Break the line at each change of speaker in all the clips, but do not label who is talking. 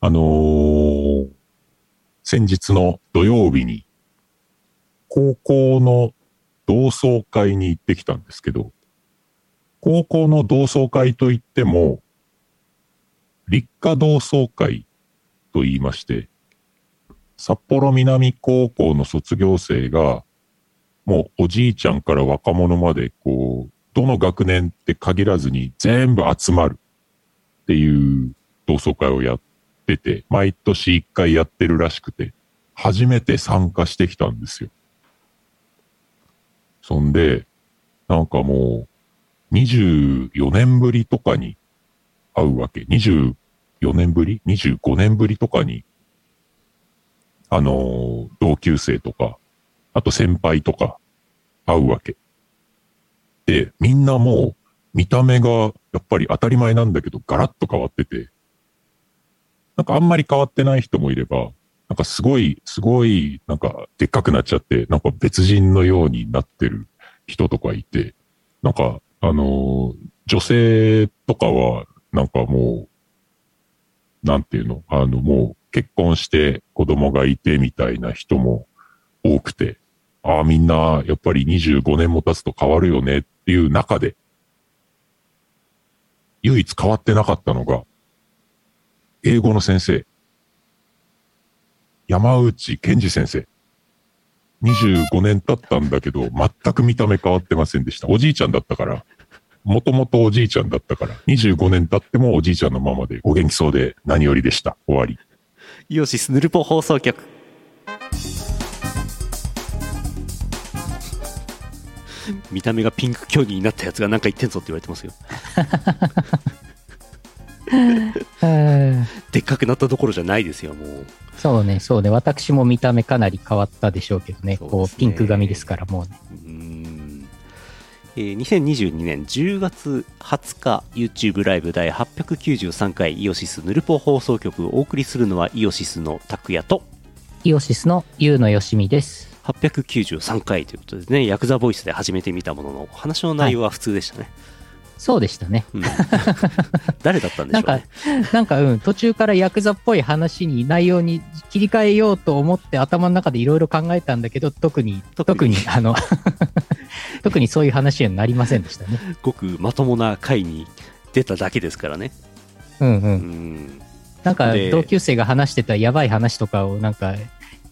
あのー先日の土曜日に、高校の同窓会に行ってきたんですけど、高校の同窓会といっても、立夏同窓会と言いまして、札幌南高校の卒業生が、もうおじいちゃんから若者まで、こう、どの学年って限らずに全部集まるっていう同窓会をやってて、毎年一回やってるらしくて、初めて参加してきたんですよ。そんで、なんかもう、24年ぶりとかに会うわけ。24年ぶり ?25 年ぶりとかに、あのー同級生とか、あと先輩とか会うわけ。で、みんなもう見た目がやっぱり当たり前なんだけどガラッと変わってて、なんかあんまり変わってない人もいれば、なんかすごい、すごい、なんかでっかくなっちゃって、なんか別人のようになってる人とかいて、なんか、あのー女性とかは、なんかもう、なんていうの、あの、もう結婚して子供がいてみたいな人も多くて、ああ、みんな、やっぱり25年も経つと変わるよねっていう中で、唯一変わってなかったのが、英語の先生、山内健二先生。25年経ったんだけど、全く見た目変わってませんでした。おじいちゃんだったから、もともとおじいちゃんだったから、25年経ってもおじいちゃんのままで、お元気そうで何よりでした。終わり。
イオシスヌルポ放送局見た目がピンク競技になったやつがなんか言ってんぞって言われてますよ
うん
でっかくなったどころじゃないですよもう
そうね、そうね。私も見た目かなり変わったでしょうけどね。
そうですね
こう、ピンク髪ですから、もうね。
うーんえー2022年10月20日 YouTube ライブ第893回イオシスヌルポ放送局をお送りするのはイオシスの拓也と
イオシスのユウのよしみです。
893回ということでねヤクザボイスで始めてみたもののお話の内容は普通でしたね、
そうでしたね。
うん誰だったんでし
な
ょ
ん
うね
か、なんか、うん、途中からヤクザっぽい話に、内容に切り替えようと思って頭の中でいろいろ考えたんだけど、特に、
特
特
に
に、あの、 特にそういう話にはなりませんでしたね。
ごくまともな回に出ただけですからね。
うんう。
うんん。
なんか、
で
同級生が話してたやばい話とかを、なんか、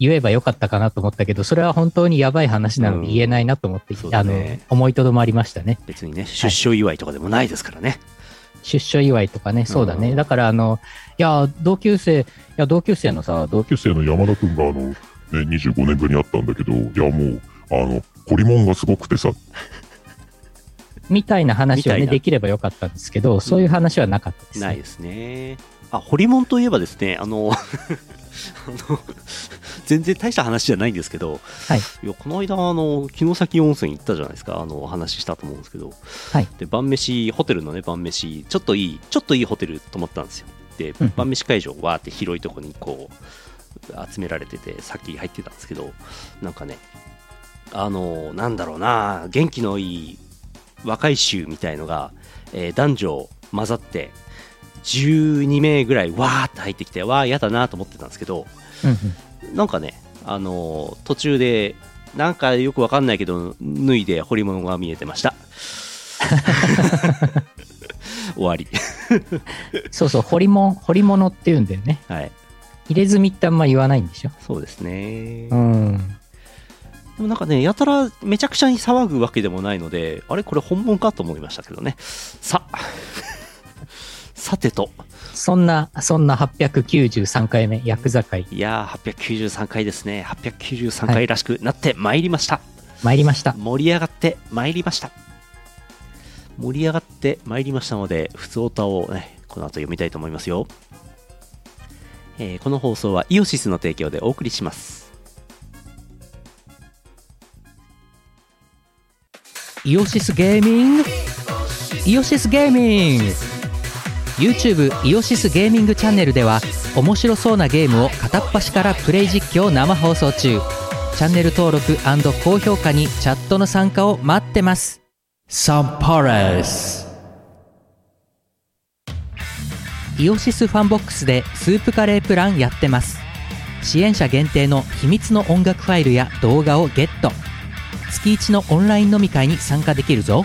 言えばよかったかなと思ったけど、それは本当にやばい話なの
うん
に言えないなと思って、
そうだ
あの
ね、
思いとどまりましたね。
別にね、出所祝いとかでもないですからね。
出所祝いとかね、そうだね。
うん
だから、あの、いや、同級生、いや、同級生のさ、同
同級生の山田くんがあの、ね、25年ぶりに会ったんだけど、いやもう、あの、ホリモンがすごくてさ、
みたいな話
み
を
たい
ね、
な
できればよかったんですけど、そういう話はなかったです、ね
ないですね。あ、ホリモンといえばですね、あの、あの全然大した話じゃないんですけど、
はい
やこの間あの城崎温泉行ったじゃないですかあのお話ししたと思うんですけど、
はい
で晩飯ホテルのね晩飯ちょっといいちょっといいホテル泊まったんですよで
うんうん
晩飯会場わーって広いとこにこう集められてて先入ってたんですけどなんかねあのなんだろうな元気のいい若い衆みたいのが、えー男女混ざって12名ぐらいわーって入ってきてわーやだなと思ってたんですけど
うんうん
なんかね、あのー途中で、なんかよくわかんないけど、脱いで彫り物が見えてま した。終わり。
そうそう、掘り 物、掘り物って言うんだよね。
はい。
入れ墨ってあんま言わないんでしょ。
そうですね。
う
で
ん。
もなんかね、やたらめちゃくちゃに騒ぐわけでもないので、あれこれ本物かと思いましたけどね。さ、さてと、
そんな、そんな893回目、ヤクザ会、
いやー、893回ですね。893回らしくなってまいりました。
参りました。
盛り上がってまいりました盛り上がってまいりましたので普通歌をねこの後読みたいと思いますよ、えーこの放送はイオシスの提供でお送りします
イオシスゲーミングイオシスゲーミング YouTube イオシスゲーミングチャンネルでは面白そうなゲームを片っ端からプレイ実況生放送中チャンネル登録高評価にチャットの参加を待ってますサンパレスイオシスファンボックスでスープカレープランやってます支援者限定の秘密の音楽ファイルや動画をゲット月1のオンライン飲み会に参加できるぞ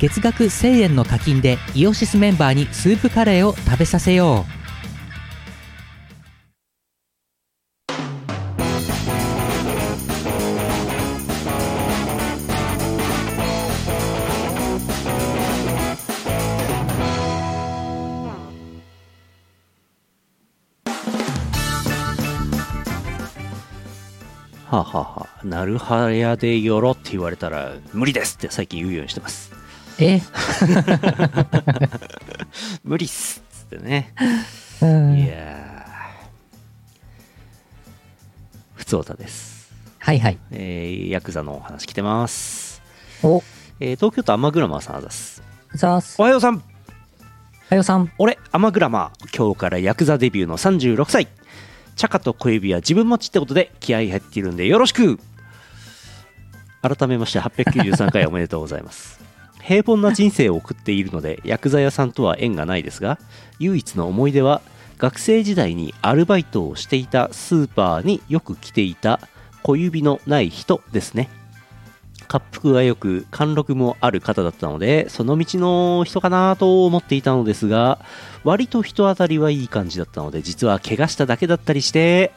月額1000円の課金でイオシスメンバーにスープカレーを食べさせよ
はあ、はあはあ、なるはやでよろって言われたら無理ですって最近言うようにしてます。
うえ
無理っすっつってね。
う
い
ん
やー。ふつおたです。
はいはい
えー、ヤクザのお話来てます。
お
えー、東京都アマグラマーさんあざっす。
ざーす
おはようさん
はよさん
俺アマグラマー今日からヤクザデビューの36歳チャカと小指は自分持ちってことで気合い入っているんでよろしく改めまして893回おめでとうございます 平凡な人生を送っているのでヤクザ屋さんとは縁がないですが唯一の思い出は学生時代にアルバイトをしていたスーパーによく来ていた小指のない人ですね滑腹が良く貫禄もある方だったのでその道の人かなと思っていたのですが割と人当たりはいい感じだったので実は怪我しただけだったりして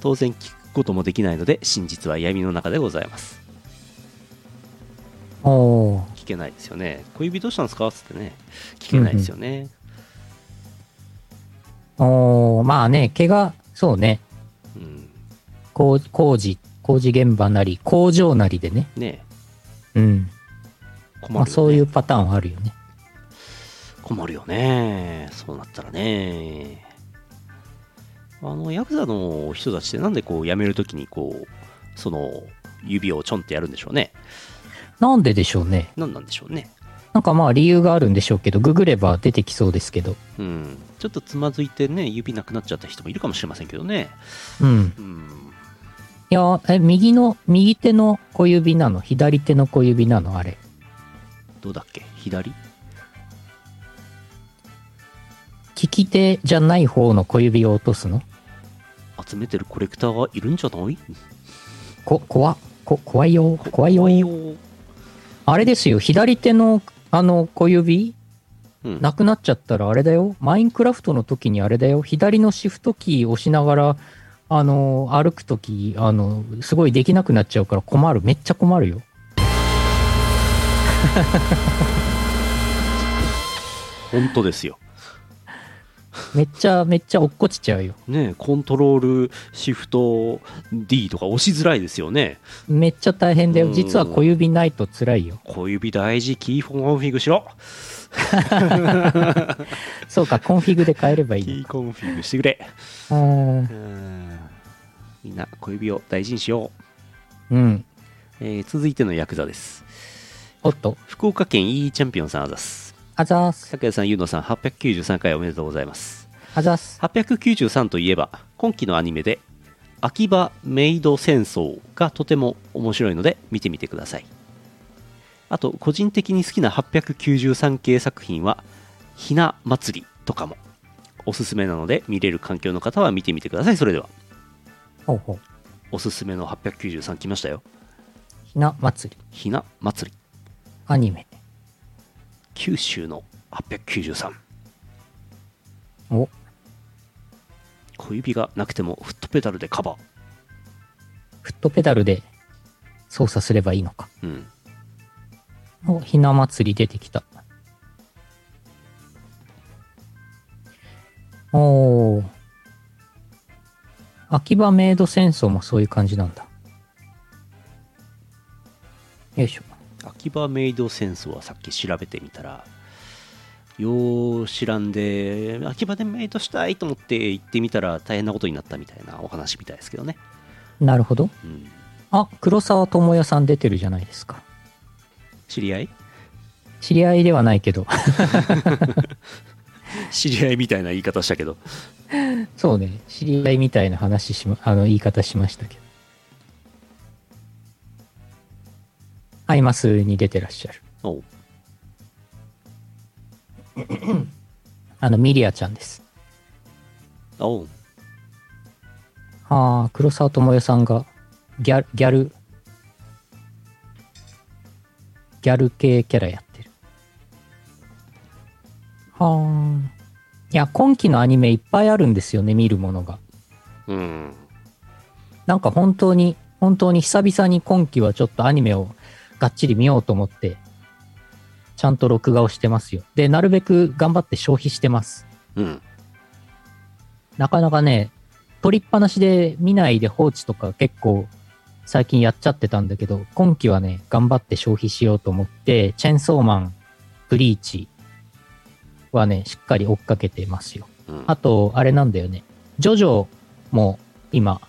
当然聞くこともできないので真実は闇の中でございます
おお
聞けないですよね小指どうしたんですかつってね聞けないですよね、
おーまあね、怪我、そうね、
うん
工工事、工事現場なり、工場なりでね、
ね
うん。
え困るよね、
まあそういうパターンはあるよね。
困るよねそうなったらねあのヤクザの人たちってなんでこう辞めるときにこうその指をちょんってやるんでしょうね
なんででしょうね。
何なんでしょうね
なんかまあ理由があるんでしょうけど、ググれば出てきそうですけど。
うんちょっとつまずいてね指なくなっちゃった人もいるかもしれませんけどね
うん。
うん
いやー、え、右の、右手の小指なの左手の小指なのあれ。
どうだっけ左
利き手じゃない方の小指を落とすの
集めてるコレクターがいるんじゃない
こ、怖こ、怖いよ、怖いよ。
うん
あれですよ、左手の、あの、小指なくなっちゃったらあれだよ。マインクラフトの時にあれだよ。左のシフトキーを押しながら、あの、歩く時、あの、すごいできなくなっちゃうから困る。めっちゃ困るよ。
本当ですよ
めっちゃ、めっちゃ落っこちちゃうよ。
ねえコントロールシフト D とか押しづらいですよね
めっちゃ大変だ
う
よ。
ん
実は小指ないと辛いよ。
小指大事キーフォンフィグしろ
そうか、コンフィグで変えればい
キ
い
ーコンフィグしてくれ
のか。
みんな小指を大事にしよう、
うん。
えー続いてのヤクザです
おっと、
福岡県 E チャンピオンさんあざす
あざーす。
拓也さんゆうのさん893回おめでとうございます
あざーす。
893といえば今期のアニメで「秋葉メイド戦争」がとても面白いので見てみてくださいあと個人的に好きな893系作品は「ひな祭り」とかもおすすめなので見れる環境の方は見てみてくださいそれでは
ほうほう。
おすすめの893来ましたよ
ひな祭り。
ひな祭り
アニメ。
九州の893
お、
小指がなくてもフットペダルでカバー
フットペダルで操作すればいいのか。
うん
お、ひな祭り出てきた。おー。秋葉メイド戦争もそういう感じなんだ。よいしょ。
秋葉メイド戦争はさっき調べてみたらよう知らんで秋葉でメイドしたいと思って行ってみたら大変なことになったみたいなお話みたいですけどね、
なるほど。
うん、
あ、黒沢智也さん出てるじゃないですか。
知り合い
知り合いではないけど。
知り合いみたいな言い方したけど
そうね。知り合いみたいな話しま、あの、言い方しましたけど。アイマスに出てらっしゃる。
おう
あの、ミリアちゃんです。
おう
ああ、黒沢智代さんが、ギャル、ギャル、ギャル系キャラやってる。はあ。いや、今期のアニメいっぱいあるんですよね、見るものが。
うん
なんか本当に、本当に久々に今期はちょっとアニメをがっちり見ようと思って、ちゃんと録画をしてますよ。で、なるべく頑張って消費してます。
うん
なかなかね、取りっぱなしで見ないで放置とか結構最近やっちゃってたんだけど、今期はね、頑張って消費しようと思って、チェンソーマン、ブリーチはね、しっかり追っかけてますよ。
うん
あと、あれなんだよね。ジョジョも今、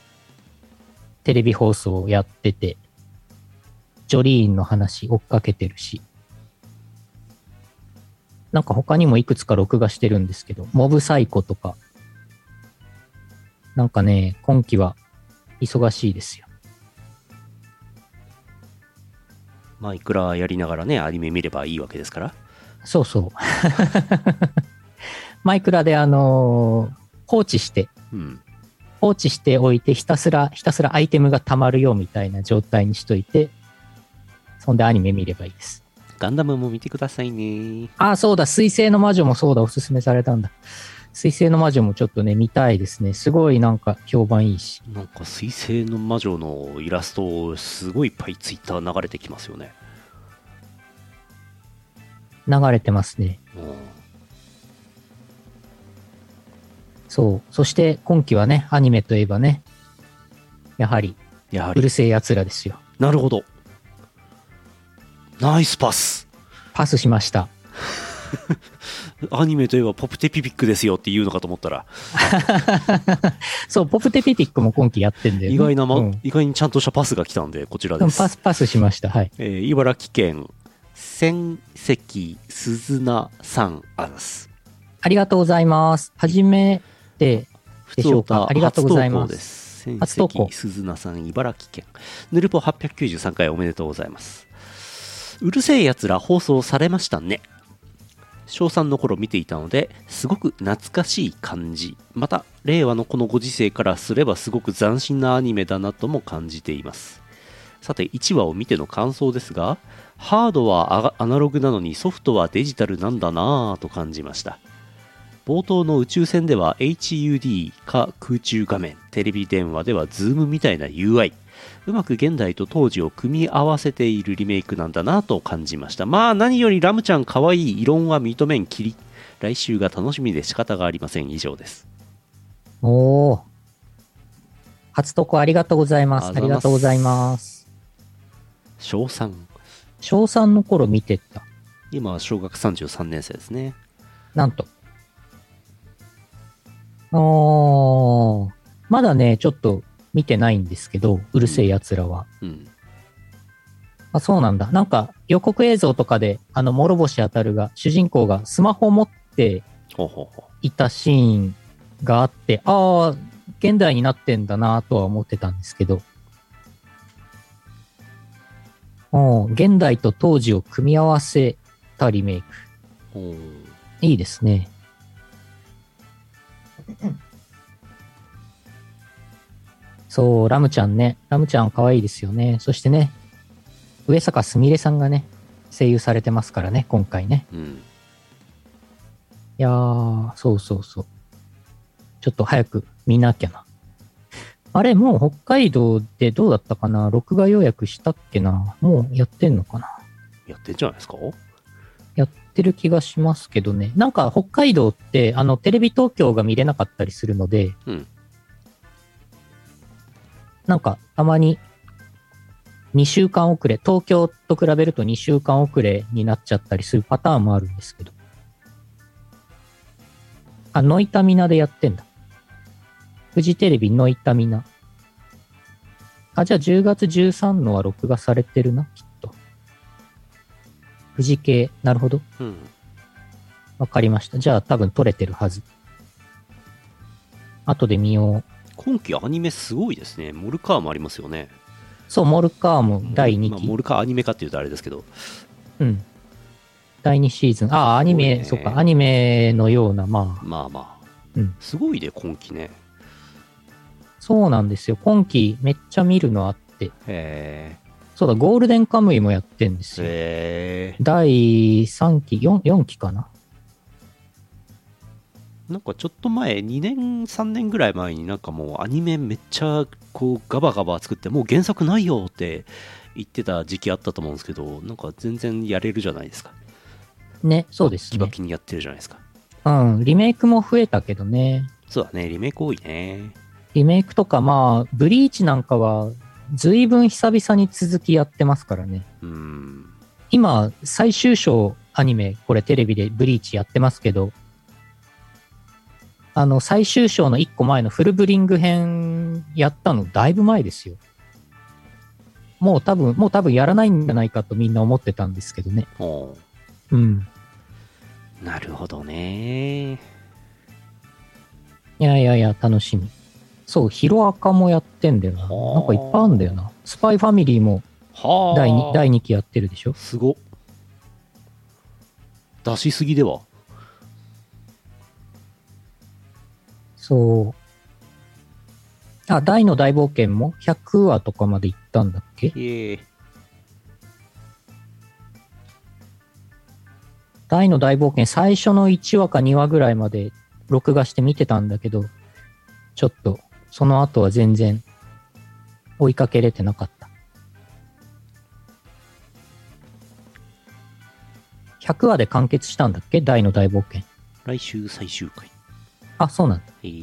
テレビ放送をやってて、ジョリーンの話追っかけてるし。なんか他にもいくつか録画してるんですけど、モブサイコとか。なんかね、今期は忙しいですよ。
まあいくらやりながらねアニメ見ればいいわけですから
そうそう。 マイクラであのー放置して、
うん
放置しておいてひたすらひたすらアイテムが溜まるよみたいな状態にしといてそんでアニメ見ればいいです
ガンダムも見てくださいね
ああそうだ水星の魔女もそうだおすすめされたんだ水星の魔女もちょっとね見たいですねすごいなんか評判いいし
なんか水星の魔女のイラストすごいいっぱいツイッター流れてきますよね
流れてますね
う
そうそして今期はねアニメといえばねやはり
んやは
う
り
るせえやつらですよ
なるほどナイスパス
パスしました
アニメといえばポプテピピックですよって言うのかと思ったら
そうポプテピピックも今期やってんだよね、
意外な、ま
うん
意外にちゃんとしたパスが来たんでこちら
うん
です
パスパスしましたはい
えー茨城県仙石鈴名さんあざす
ありがとうございます初めて
普
でし
通
ょうか
歌
ありがとうございます
初投稿です
初投稿
仙石鈴名さん茨城県ぬるぽ893回おめでとうございますうるせえやつら放送されましたね小3の頃見ていたのですごく懐かしい感じまた令和のこのご時世からすればすごく斬新なアニメだなとも感じていますさて1話を見ての感想ですがハードはアガアナログなのにソフトはデジタルなんだなぁと感じました冒頭の宇宙船では HUD か空中画面テレビ電話ではズームみたいな UI うまく現代と当時を組み合わせているリメイクなんだなと感じましたまあ何よりラムちゃん可愛い異論は認めんきり来週が楽しみで仕方がありません以上です
おお。初投稿ありがとうございます。ありがとうございます。
小3
小3の頃見てた。
今は小学33年生ですね
なんと。おー。まだね、ちょっと見てないんですけど、うるせえ奴らは。
うん
あ、そうなんだ。なんか予告映像とかで、あの、諸星あたるが、主人公がスマホ持って
ほうほうほ
いたシーンがあって、ああ、現代になってんだなとは思ってたんですけど。うん、現代と当時を組み合わせたリメイク。
うほう
いいですね。そう、ラムちゃんね。ラムちゃん可愛いですよね。そしてね、上坂すみれさんがね、声優されてますからね、今回ね。
うん
いやー、そうそうそう。ちょっと早く見なきゃな。あれ、もう北海道でどうだったかな録画予約したっけなもうやってんのかな
やってんじゃないですか
やってる気がしますけどね。なんか北海道って、あの、テレビ東京が見れなかったりするので、
うん
なんかたまに2週間遅れ、東京と比べると2週間遅れになっちゃったりするパターンもあるんですけど。あ、ノイタミナでやってんだ。フジテレビノイタミナ。あ、じゃあ10月13のは録画されてるな、きっと。富士系、なるほど。
うん
わかりました。じゃあ多分撮れてるはず。後で見よう。
今期アニメすごいですねモルカーもありますよね
そう、モルカーも第2
まあ
期。
モルカーアニメかっていうとあれですけど
うん。第2シーズン。ああ、アニメ、
す
そ
ごい
っ
ね
か、アニメのような、ま
まあまあ、
うん
すごいね今期ね
あ、そうなんですよ。今期めっちゃ見るのあって。
へ
そうだ、ゴールデンカムイもやってんです
え
よ。
へえ
第3期、4, 4期かな。
なんかちょっと前2年3年ぐらい前になんかもうアニメめっちゃこうガバガバ作ってもう原作ないよって言ってた時期あったと思うんですけどなんか全然やれるじゃないですか
ね、そうです
バ
ね。
キにやってるじゃないですか
うん、リメイクも増えたけどね。
そうだねリメイク多いね
リメイクとか、まあ、ブリーチなんかは、随分久々に続きやってますからね。
うん
今、最終章アニメ、これテレビでブリーチやってますけど、あの、最終章の1個前のフルブリング編やったのだいぶ前ですよ。もう多分、もう多分やらないんじゃないかとみんな思ってたんですけどね。
おう
うん。
なるほどね
いやいやいや、楽しみ。そう、ヒロアカもやってんだよな。
ー
なんかいっぱいあんだよな。スパイファミリーも
はあ
第 2, 第2期やってるでしょ。
すごっ出しすぎでは
そう。あ、大の大冒険も100話とかまで行ったんだっけ
へえ
大の大冒険、最初の1話か2話ぐらいまで録画して見てたんだけど、ちょっと、その後は全然追いかけれてなかった。100話で完結したんだっけ大の大冒険。
来週最終回
あ、そうなんだ。
へえ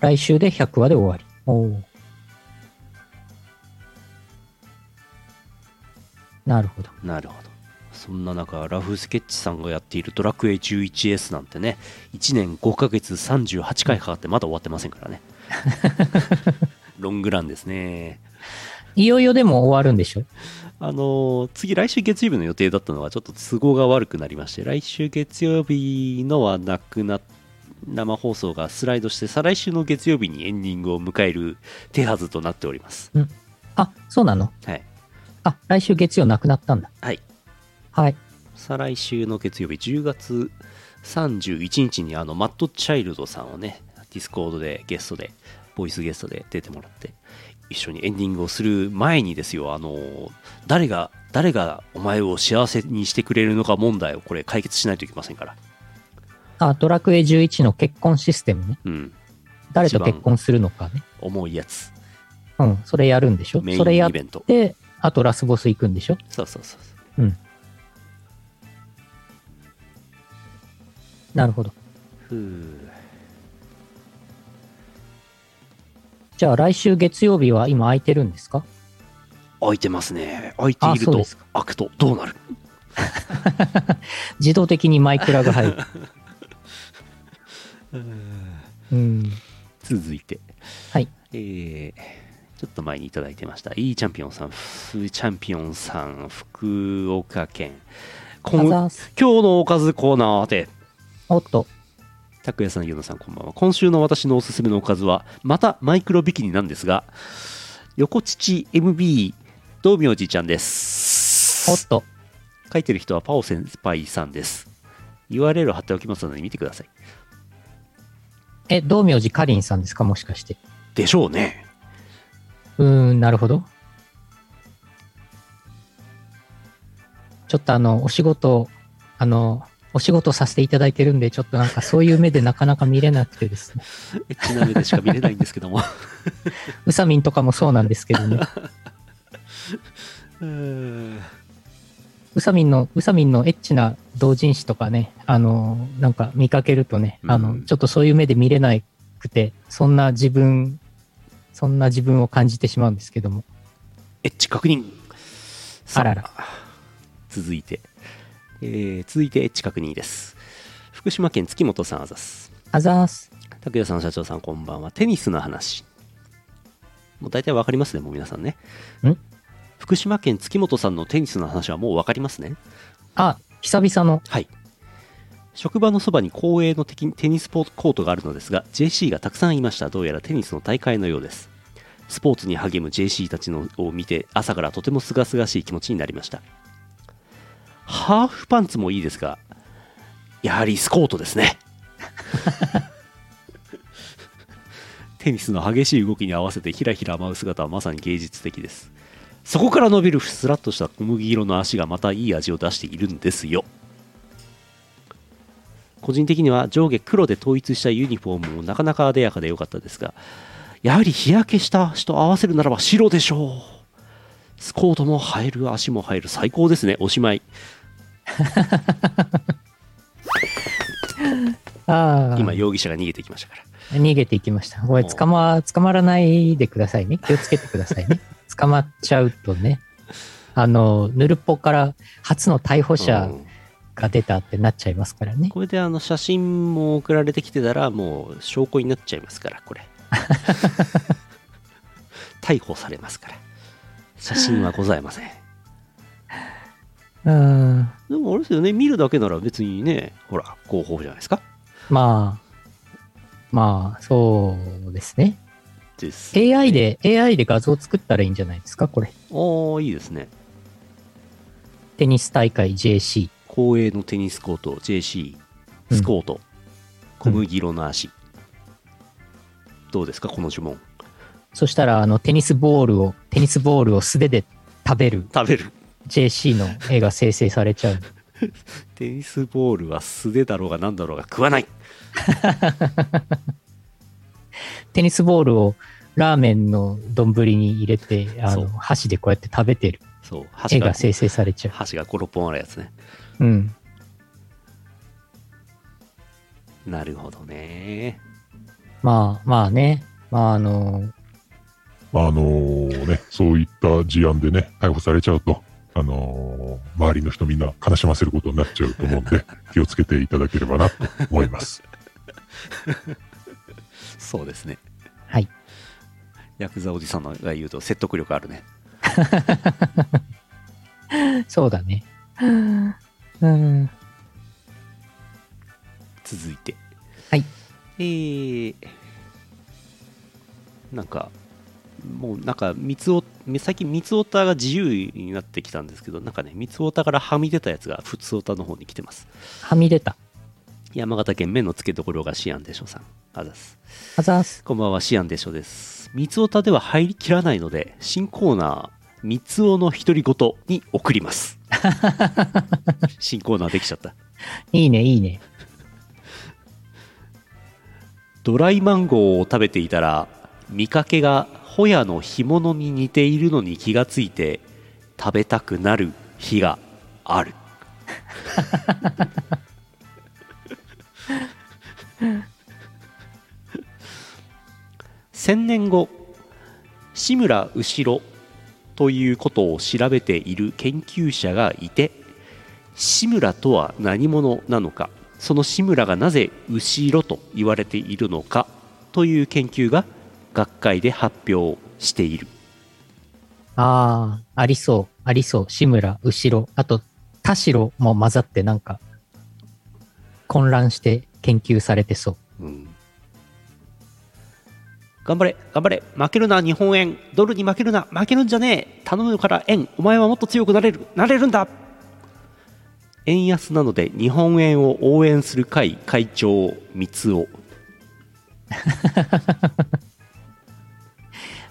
来週で100話で終わり。おお。なるほど。
なるほどそんな中ラフスケッチさんがやっている「ドラクエ 11S」なんてね1年5ヶ月38回かかってまだ終わってませんからねロングランですね
いよいよでも終わるんでしょ
あのー次来週月曜日の予定だったのがちょっと都合が悪くなりまして来週月曜日のはなくな生放送がスライドして再来週の月曜日にエンディングを迎える手はずとなっております
あ、そうなの
はい
あ、来週月曜なくなったんだ。
はい
はい。
再来週の月曜日10月31日にあのマット・チャイルドさんをねディスコードでゲストでボイスゲストで出てもらって一緒にエンディングをする前にですよあの誰が誰がお前を幸せにしてくれるのか問題をこれ解決しないといけませんから
あ、ドラクエ11の結婚システムね。
うん
誰と結婚するのかね。
重いやつ
うん、それやるんでしょ
メイ
それ
ン
や
イ
っ
ベント
て、あとラスボス行くんでしょ
そうそうそうそう
なるほど。
ふう
じゃあ来週月曜日は今空いてるんですか
開いてますね開いて
あ
いる
そう
と
ですか
開くとどうなる
自動的にマイクラ が入る。うん。
続いて
はい
えーちょっと前にいただいてました。いいチャンピオンさん、ふチャンピオンさん、福岡県。こ
あ
ん
ざ
今
ーす
日のおかずコーナーで、
おっと。
拓也さん、ゆうなさん、こんばんは。今週の私のおすすめのおかずは、またマイクロビキニなんですが、横乳 MB、道明寺ちゃんです。
おっと。
書いてる人はパオ先輩さんです。URL を貼っておきますので見てください。
え、道明寺かりんさんですかもしかして。
でしょうね。
うーん、なるほど。ちょっとあの、お仕事、あの、お仕事させていただいてるんで、ちょっとなんかそういう目でなかなか見れなくてですね。
エッチな目でしか見れないんですけど も。
うさみんとかもそうなんですけど ね。
うーん
うさみんの、うさみんのエッチな同人誌とかね、あの、なんか見かけるとね、あ
う
の、
ん
ちょっとそういう目で見れなくて、そんな自分、そんな自分を感じてしまうんですけども。
エッチ確認さ
あらら
続いて、えー続いてエッチ確認です福島県月本さんあざす
あざーす。
拓也さん社長さんこんばんはテニスの話もう大体わかりますねもう皆さんね
ん
福島県月本さんのテニスの話はもうわかりますね
あ、久々の、
はい職場のそばに公営のテキテニスポコートがあるのですが JC がたくさんいましたどうやらテニスの大会のようですスポーツに励む JC たちのを見て朝からとても清々しい気持ちになりましたハーフパンツもいいですが、やはりスコートですね。 テニスの激しい動きに合わせてひらひら舞う姿はまさに芸術的です。そこから伸びるふすらっとした小麦色の足がまたいい味を出しているんですよ。個人的には上下黒で統一したユニフォームもなかなか艶やかで良かったですが、やはり日焼けした足と合わせるならば白でしょう。スコートも映える、足も映える、最高ですね、おしまい。
ああ、
今、容疑者が逃げていきましたから。
逃げていきました。おい、捕ま、捕まらないでくださいね。気をつけてくださ いね。捕まっちゃうとね、あの、ヌルポから初の逮捕者
うん
が出たってなっちゃいますからね。
これであの写真も送られてきてたら、もう証拠になっちゃいますから、これ。逮捕されますから。写真はございません。
うん。
でもあれですよね、見るだけなら別にね、ほら、広報じゃないですか。
まあ、まあ、そうですね。
です。
AI で、AI で画像作ったらいいんじゃないですか、これ。
おー、いいですね。
テニス大会 JC。
公営のテニスコート、JC、スコート、小麦色の足。どうですか、この呪文。
そしたら、あの、テニスボールを、テニスボールを素手で食べる
食べる。
JC の絵が生成されちゃう。
テニスボールは素手だろうが何だろうが食わない。
テニスボールをラーメンの丼に入れて、あ
そう
の、箸でこうやって食べてる
そう、箸
絵
が
が、生成されちゃ
箸が5、6本あるやつね。
う。うん。
なるほどね。
まあ、まあね。まあ、あの、
あのーね、そういった事案でね、逮捕されちゃうと、あのー周りの人みんな悲しませることになっちゃうと思うんで、気をつけていただければなと思います。
そうですね。
はい。
ヤクザおじさんが言うと説得力あるね。
そうだね。うん。
続いて。
はい。
えー、なんか、もうなんか、三つお、最近三つおたが自由になってきたんですけど、なんかね、三つおたからはみ出たやつが普通おたの方に来てます。
はみ出た。
山形県目の付けどころがシアンでしょさん。あざっす。
あざーす。
こんばんは、シアンでしょです。三つおたでは入りきらないので、新コーナー、三つおの独り言に送ります。新コーナーできちゃった。
いいね、いいね。
ドライマンゴーを食べていたら、見かけがホヤの干物に似ているのに気がついて、食べたくなる日がある。千年後志村後ろということを調べている研究者がいて志村とは何者なのかその志村がなぜ後ろと言われているのかという研究が学会で発表している
ああ、ありそう、ありそう。志村、後ろ、あと、田代も混ざって、なんか、混乱して研究されてそう。
うん頑張れ頑張れ負けるな日本円ドルに負けるな負けるんじゃねえ頼むから円お前はもっと強くなれるなれるんだ円安なので日本円を応援する会会長三尾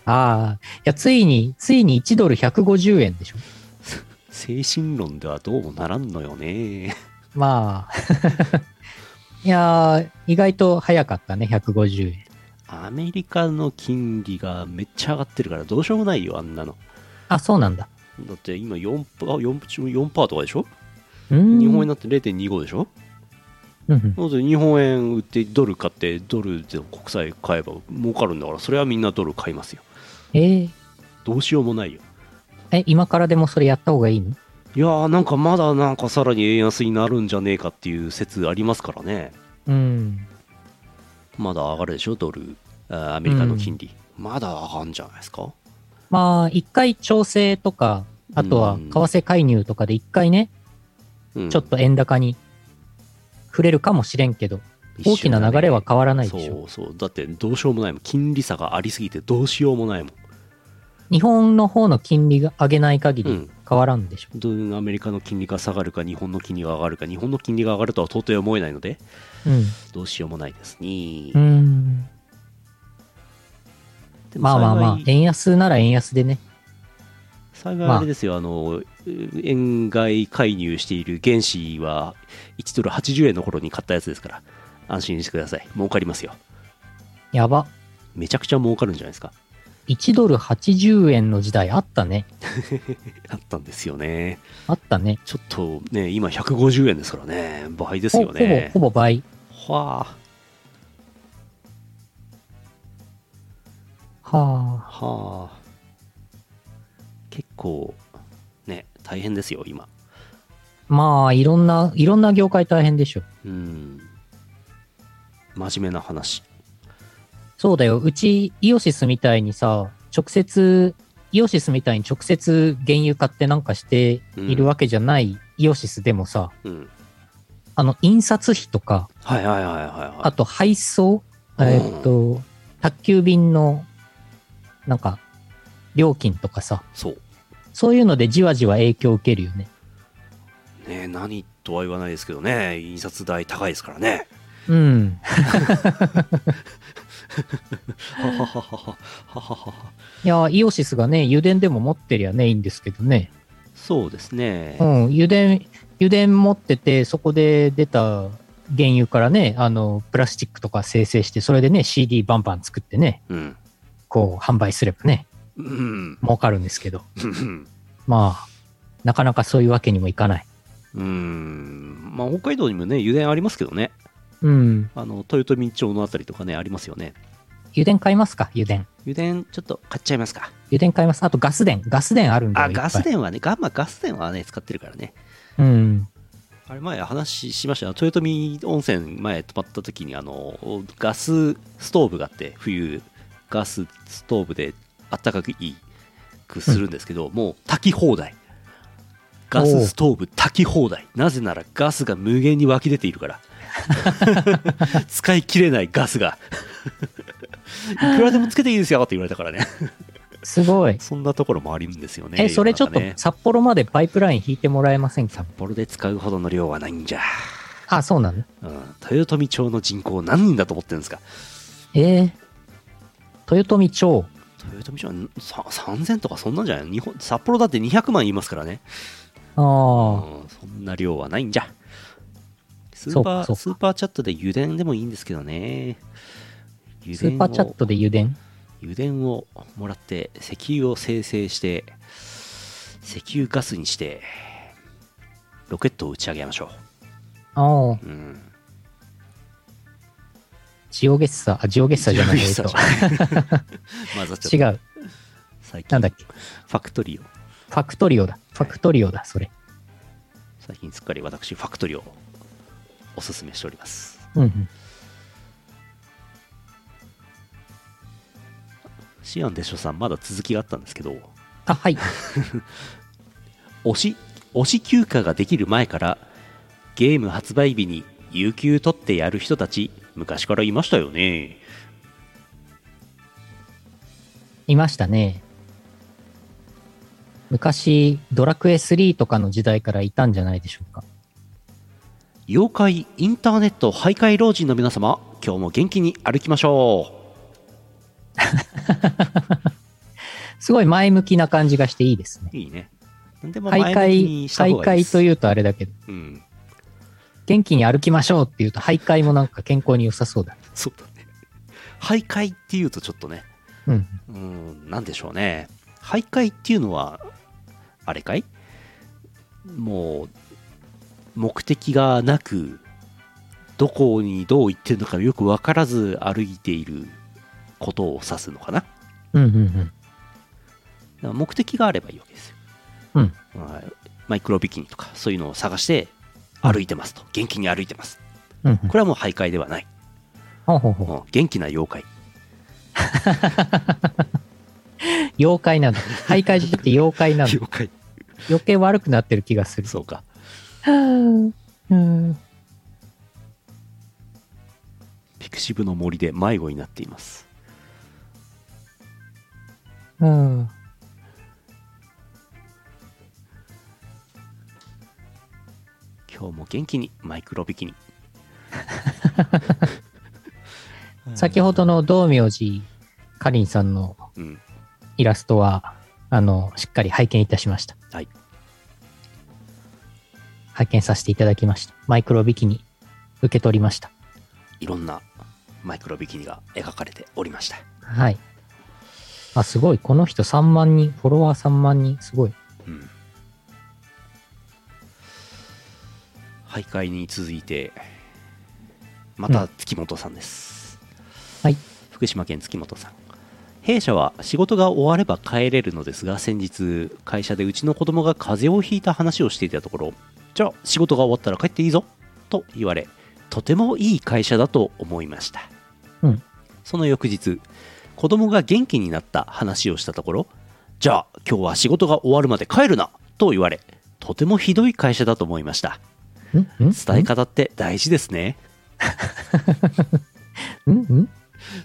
ああ、いや、ついに、ついに1ドル150円でしょ。
精神論ではどうもならんのよね
まあ、いやー、意外と早かったね、150円。
アメリカの金利がめっちゃ上がってるからどうしようもないよあんなの
あ、そうなんだ。
だって今 4%, 4, 4とかでしょ
うーん。
日本円だって0.25でしょ
うんうん
なので日本円売ってドル買ってドルで国債買えば儲かるんだからそれはみんなドル買いますよ
えー
どうしようもないよ
え、今からでもそれやった方がいいの
いやーなんかまだなんかさらに円安になるんじゃねえかっていう説ありますからね
うん。
まだ上がるでしょドルあーアメリカの金利、まだ上がるんじゃないですか
まあ、一回調整とか、あとは
う
為
ん
替介入とかで一回ね、
うん
ちょっと円高に触れるかもしれんけど、
一
大
緒
き
だね
な流れは変わらないでしょ。
そうそうだってどうしようもないもん金利差がありすぎてどうしようもないもん、
日本の方の金利が上げない限
う
り、
ん
変わらんでしょ。
どうアメリカの金利が下がるか、日本の金利が上がるか、日本の金利が上がるとは到底思えないので、
うん。
どうしようもないですね。
うん。
でも
まあまあまあ、
幸い
円安なら円安でね。
幸い
まあ
あれですよ、あの、円買い介入している原資は1ドル80円の頃に買ったやつですから、安心してください。儲かりますよ。
やば。
めちゃくちゃ儲かるんじゃないですか。
1ドル80円の時代あったね。
あったんですよね。
あったね。
ちょっとね、今150円ですからね、倍です
ほ
よ
ぼ
ね。
ほぼ倍。
はあ、
は
はあ。結構、ね、大変ですよ、今。
あ。まあ、いろんな、いろんな業界大変でしょ。
うん。真面目な話。
そうだよ。うち、イオシスみたいにさ、直接、イオシスみたいに直接原油買ってなんかしているわけじゃないイオシスでもさ、
うん。
あの、印刷費とか、
はいはいはいはい、はい。
あと配送、
うん
えーっと、宅急便の、なんか、料金とかさ、
そう。
そういうのでじわじわ影響を受けるよね。
ね何とは言わないですけどね、印刷代高いですからね。
うん。
はははははははは。
いやー、イオシスがね、油田でも持ってりゃね、いいんですけどね。
そうですね
う。ん、油田、油田持ってて、そこで出た原油からね、あの、プラスチックとか生成して、それでね、CD バンバン作ってね、
うん。
こう、販売すればね、
うん。
儲かるんですけど。
うん
まあ、なかなかそういうわけにもいかない。
うん。まあ、北海道にもね、油田ありますけどね。
うん。
あの、豊富町のあたりとかね、ありますよね。
油田買いますか油田。
油田、ちょっと買っちゃいますか。
油田買います。あとガス田。ガス田あるんだよ。
あ、
いっぱい
ガス。田はね、ガンマガス田はね、使ってるからね。
うん。
あれ前話しましたよ豊臣温泉前泊まった時にあのガスストーブがあって冬ガスストーブであったかくいいくするんですけど、もう炊き放題ガスストーブ炊き放題なぜならガスが無限に湧き出ている から使い切れないガスがいくらでもつけていいですよって言われたからね
すごい。
そんなところもあるんですよね
え、それちょっ
世
と
の中ね
札幌までパイプライン引いてもらえませんか
札幌で使うほどの量はないんじゃ
あ、そうなの
うん豊臣町の人口何人だと思ってるんですか
えー、豊臣町。
豊臣町はんさ3000とかそんなんじゃない日本札幌だって200万いますからね、う
ああ、
ん、そんな量はないんじゃス
そ
ー
う
パ
か
ー
そうか
スーパーチャットで油田でもいいんですけどね油
ス
田を
ーパーチャットで油田
油田をもらって石油を生成して石油ガスにしてロケットを打ち上げましょ
ああ、
う、うん、
ジオゲッサ、あ、ジオゲッサじゃない、えっ
ジオゲッサ
と、
まずはち
違
ょっと
う。
最近
なんだっけ。フ
ファクトリーを
ァクトリオだ。ファクトリオだ、それ。
最近すっかり私ファクトリーをおすすめしております
うんうん。
シアンでしょさんまだ続きがあったんですけど
あ、はい。
推し推し休暇ができる前からゲーム発売日に有給取ってやる人たち昔からいましたよね
いましたね。昔、ドラクエ3とかの時代からいたんじゃないでしょうか。
妖怪インターネット徘徊老人の皆様今日も元気に歩きましょ
すごい前向きな感じがしていいですね
う。いいね何でも前
徘
向き
徊、
にした方
徘
がいいで
徊
す
というとあれだけど、
うん
元気に歩きましょうっていうと、徘徊もなんか健康に良さそうだ。
そうだね徘徊っていうとちょっとね
うん。
うん、なんでしょうね。徘徊っていうのは、あれかいもう、目的がなく、どこにどう行ってるのかよくわからず歩いていることを指すのかな。だか
うんうんうん。
ら目的があればいいわけですよ。
うん
はい。マイクロビキニとか、そういうのを探して、歩いてますと。元気に歩いてます。
うんうん
これはもう徘徊ではない。
ほうほうほう
もう元気な妖怪。
妖 怪なんだ。徘徊じゃなくて妖怪なんだ。
妖怪。
余計悪くなってる気がする。
そうか。
うん。
ピクシブの森で迷子になっています。
うん。
今日も元気にマイクロビキニ
先ほどの道明寺かりんさんの
うん
イラストは、あの、しっかり拝見いたしました。
はい。
拝見させていただきました。マイクロビキニ、受け取りました。
いろんなマイクロビキニが描かれておりました
はい。あ、すごい。この人3万人、フォロワー3万人、すごい。
うん徘徊に続いてま
う
た月本さんです、
はい
福島県月本さん弊社は仕事が終われば帰れるのですが先日会社でうちの子供が風邪をひいた話をしていたところじゃあ仕事が終わったら帰っていいぞと言われとてもいい会社だと思いました、
うん
その翌日子供が元気になった話をしたところじゃあ今日は仕事が終わるまで帰るなと言われとてもひどい会社だと思いました
んん伝
伝え方って大事ですね
んん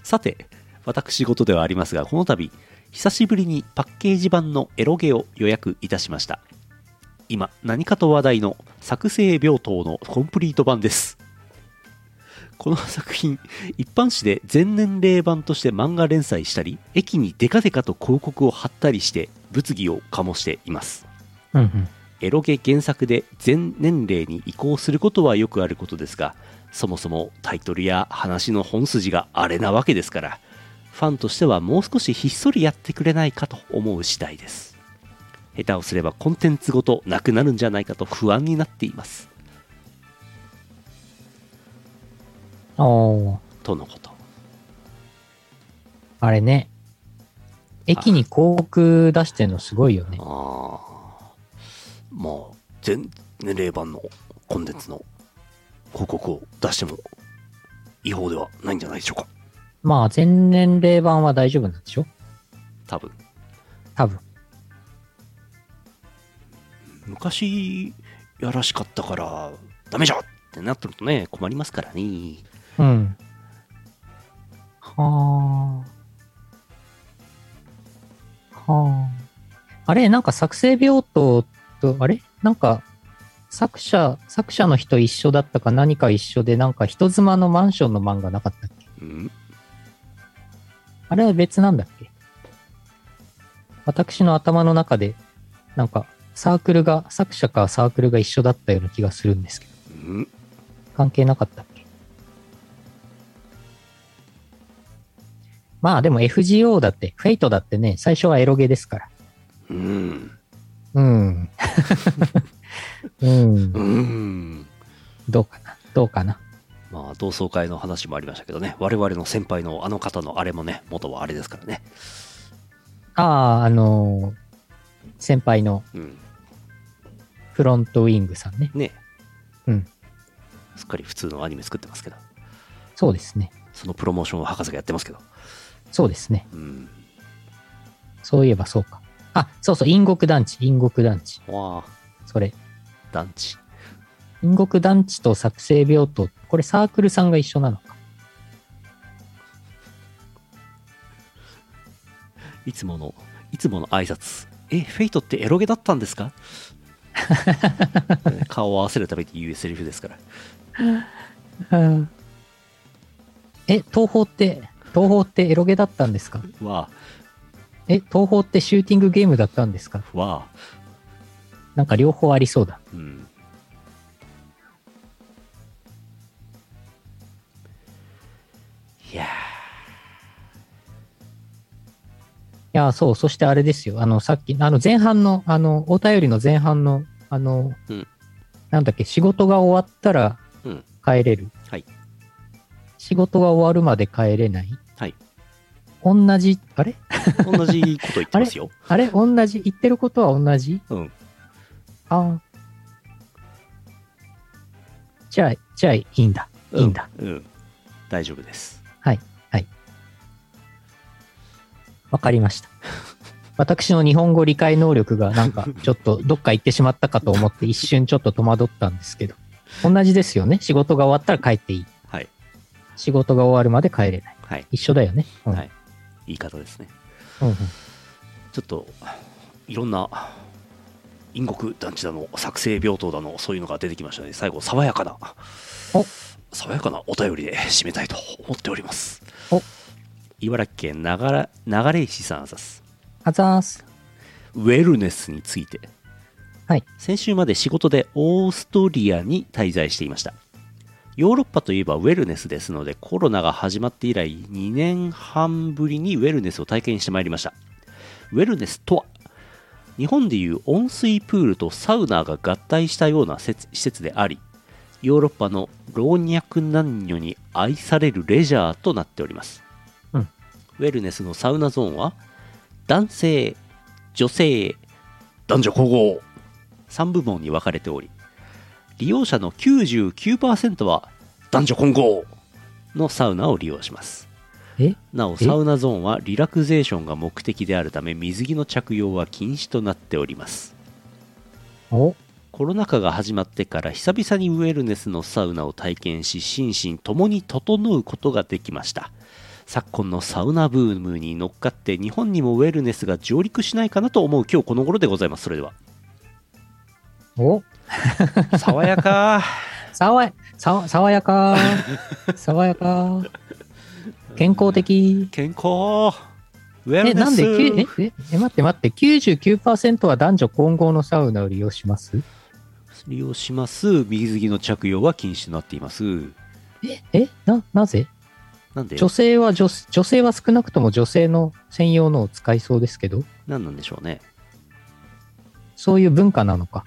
さて私事ではありますがこの度久しぶりにパッケージ版のエロゲを予約いたしました今何かと話題の作成病棟のコンプリート版ですこの作品一般紙で全年齢版として漫画連載したり駅にデカデカと広告を貼ったりして物議を醸しています
うんうん。
エロゲ原作で全年齢に移行することはよくあることですがそもそもタイトルや話の本筋があれなわけですからファンとしてはもう少しひっそりやってくれないかと思う次第です下手をすればコンテンツごとなくなるんじゃないかと不安になっています
おー、
とのこと
あれね。駅に広告出してるのすごいよね。
ああまあ全年齢版のコンテンツの広告を出しても違法ではないんじゃないでしょうか
まあ、全年齢版は大丈夫なんでしょ
多分
多分。
昔やらしかったからダメじゃってなってるとね困りますからね
うん。はあ。はあ。あれ、なんか作成病棟と、あれなんか、作者、作者の人一緒だったか何か一緒で、なんか人妻のマンションの漫画なかったっけ
うん
あれは別なんだっけ私の頭の中で、なんか、サークルが、作者かサークルが一緒だったような気がするんですけど、
うん
関係なかったっけまあでも FGO だって、フェイトだってね、最初はエロゲですから。
うん
うん。うん
う。ん
どうかな。どうかな。
まあ同窓会の話もありましたけどね我々の先輩のあの方のあれもね元はあれですからね
ああ、あのー先輩の
うん
フロントウィングさんね。
ね
うん
すっかり普通のアニメ作ってますけど
そうですね。
そのプロモーションを博士がやってますけど
そうですね。
うん
そういえばそうか。あ、そうそう、陰国団地、陰国団地。
わあ
それ。
団地
陰国団地と作成病棟。これサークルさんが一緒なのか。
いつものいつもの挨拶えフェイトってエロゲだったんですか 顔を合わせるために言うセリフですから
え、東宝って、東宝ってエロゲだったんですか
わ
え、東宝ってシューティングゲームだったんですか
あわあ
なんか両方ありそうだ。
うんいや
いや、そう、そしてあれですよ。あの、さっき、あの、前半の、あの、お便りの前半の、あの、
うん
なんだっけ、仕事が終わったら
ーうん
帰れる。
はい
仕事が終わるまで帰れない。
はい
同じ、あれ
同じこと言ってますよ
あれ同じ言ってることは同じ
うん
ああ。じゃあ、じゃ あいいんだ。いいんだ。
うん、うん大丈夫です
わかりました。 私の日本語理解能力がな んかちょっとどっか行ってしまったかと思って一瞬ちょっと戸惑ったんですけど。同じですよね。仕事が終わったら帰っていい。
はい
仕事が終わるまで帰れない。
はい
一緒だよね。うん
はい言い方ですね
うんうん
ちょっといろんな陰国団地だの作成病棟だのそういうのが出てきましたね最後爽やかな
お
爽やかなお便りで締めたいと思っております
お
茨城県ながら流れ石さんあざす
あざーす。
ウェルネスについて、
はい
先週まで仕事でオーストリアに滞在していましたヨーロッパといえばウェルネスですのでコロナが始まって以来2年半ぶりにウェルネスを体験してまいりましたウェルネスとは日本でいう温水プールとサウナが合体したような施設施設でありヨーロッパの老若男女に愛されるレジャーとなっております、
うん
ウェルネスのサウナゾーンは男性女性男女混合3部門に分かれており利用者の99%は男女混合のサウナを利用します
え
なお
え
サウナゾーンはリラクゼーションが目的であるため水着の着用は禁止となっております
お
コロナ禍が始まってから久々にウェルネスのサウナを体験し心身ともに整うことができました昨今のサウナブームに乗っかって日本にもウェルネスが上陸しないかなと思う今日この頃でございますそれでは
お
爽やか
爽や、さ爽やか ー。爽やかー。健康的。
健康ウェルネス
え、なんで、きゅえ、え、え待って待って、99%は男女混合のサウナを利用します
利用します水着の着用は禁止となっています
え、え、な、なぜ
なんで
女性は女、女性は少なくとも女性の専用のを使いそうですけど、
何なんでしょうね
そういう文化なのか。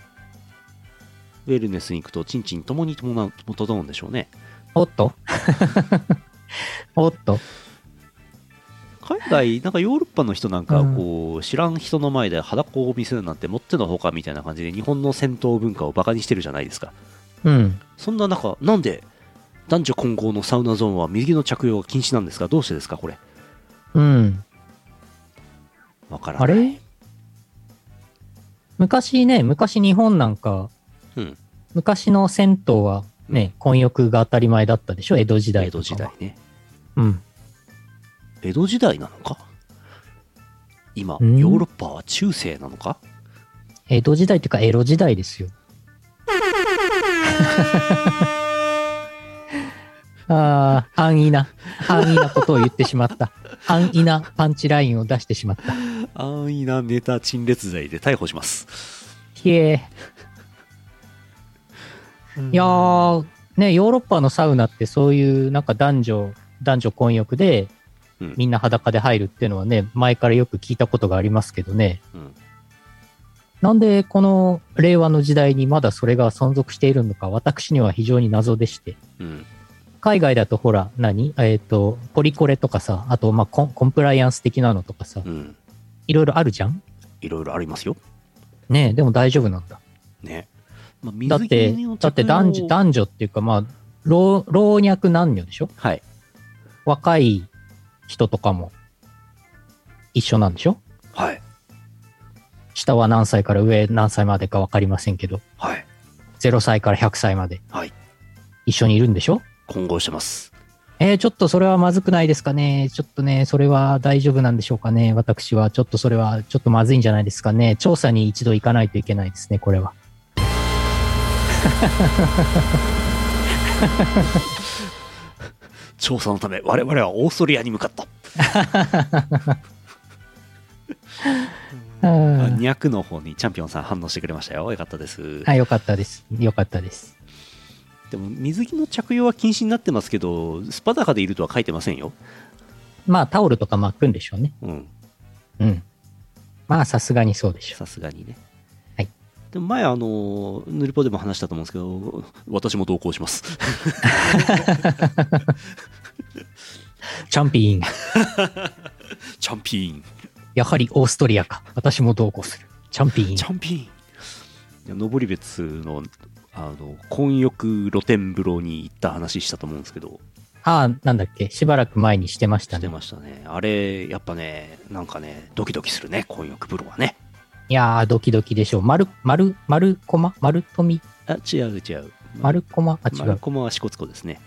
ウェルネスに行くとちんちんともに伴う整うんでしょうね
おっと おっと。
海外なんかヨーロッパの人なんか
うん
こう、知らん人の前で裸を見せるなんてもってのほかみたいな感じで日本の戦闘文化をバカにしてるじゃないですか
うん。
そんな中なんで男女混合のサウナゾーンは水着の着用が禁止なんですかどうしてですかこれ
うん。
わからな
あ
い
れ昔ね、昔日本なんか、
うん
昔の銭湯はね、混浴が当たり前だったでしょ江戸時代
江
と
戸
か
時
は
代ね
うん。
江戸時代なのか今ヨ
うん
ーロッパは中世なのか
江戸時代っていうか、エロ時代ですよ。 ああ、安易な、安易なことを言ってしまった。安易なパンチラインを出してしまった。
安易なネタ陳列罪で逮捕します
ひえー。いやー、ね、ヨーロッパのサウナってそういうなんか男女、男女混浴で
うん
みんな裸で入るっていうのはね、前からよく聞いたことがありますけどね。
うん
なんでこの令和の時代にまだそれが存続しているのか、私には非常に謎でして。
うん
海外だとほら、何えっ、と、ポリコレとかさ、あと、まあコン、コンプライアンス的なのとかさ
う、ん
いろいろあるじゃん
いろいろありますよ
ねえ、でも大丈夫なんだ。
ね、まあ、
だっ
水着
て
の着用、
だって男女、男女っていうか、まあ、老老若男女でしょ
はい
若い人とかも一緒なんでしょ
はい
下は何歳から上何歳までか分かりませんけど、
はい
0歳から100歳まで
はい
一緒にいるんでしょ
混合してます
えー、ちょっとそれはまずくないですかね。ちょっとね、それは大丈夫なんでしょうかね。私は、ちょっとそれは、ちょっとまずいんじゃないですかね。調査に一度行かないといけないですね、これは。
調査のため我々はオーストリアに向かった
うん
200の方にチャンピオンさん反応してくれましたよよかったです、
はい、よかったです。よかったです。
でも水着の着用は禁止になってますけどスパダカでいるとは書いてませんよ
まあ、タオルとか巻くんでしょうね。
うん
うん。まあ、さすがにそうでしょう。
さすがにね
はい
でも前あのヌリポでも話したと思うんですけど私も同行します
チャンピーン。
チャンピーン
やはりオーストリアか。私も同行する。チャンピーン
チ。ャンピーン登別のあの混浴露天風呂に行った話したと思うんですけど
ああ、なんだっけ。しばらく前にしてました
して
ね。
ましたねあれやっぱねなんかねドキドキするね混浴風呂はね
いやー、ドキドキでしょう。丸、丸、丸コマ丸富
あ違う違う
丸コマあ、違
マル
う。
コマは支笏湖ですね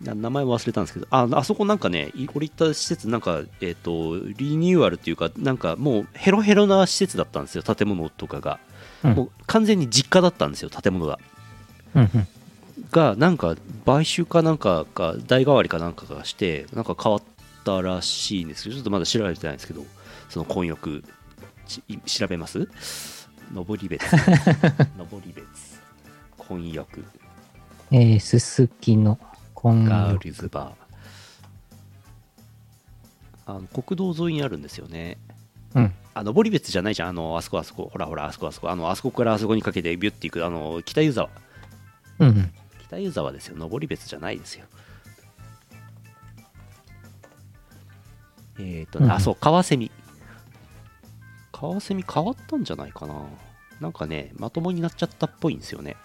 な名前忘れたんですけどああそこなんかねい俺行った施設なんかえっ、とリニューアルっていうかなんかもうヘロヘロな施設だったんですよ建物とかが
うん
もう完全に実家だったんですよ建物が
うんうん
がなんか買収かなんかか代替わりかなんかがしてなんか変わったらしいんですけどちょっとまだ調べてないんですけどその混浴ちい調べます上り別上り別混浴
えー、すすきの、こん
ガールズバー、あの国道沿いにあるんですよね
うん。
あ上り別じゃないじゃんあのあそこあそこほらほらあそこあそこあのあそこからあそこにかけてビュッていくあの北湯沢
うんうん。
北湯沢ですよ上別じゃないですよえっ、と、
うん
あそうカワセミカワセミ変わったんじゃないかななんかねまともになっちゃったっぽいんですよね、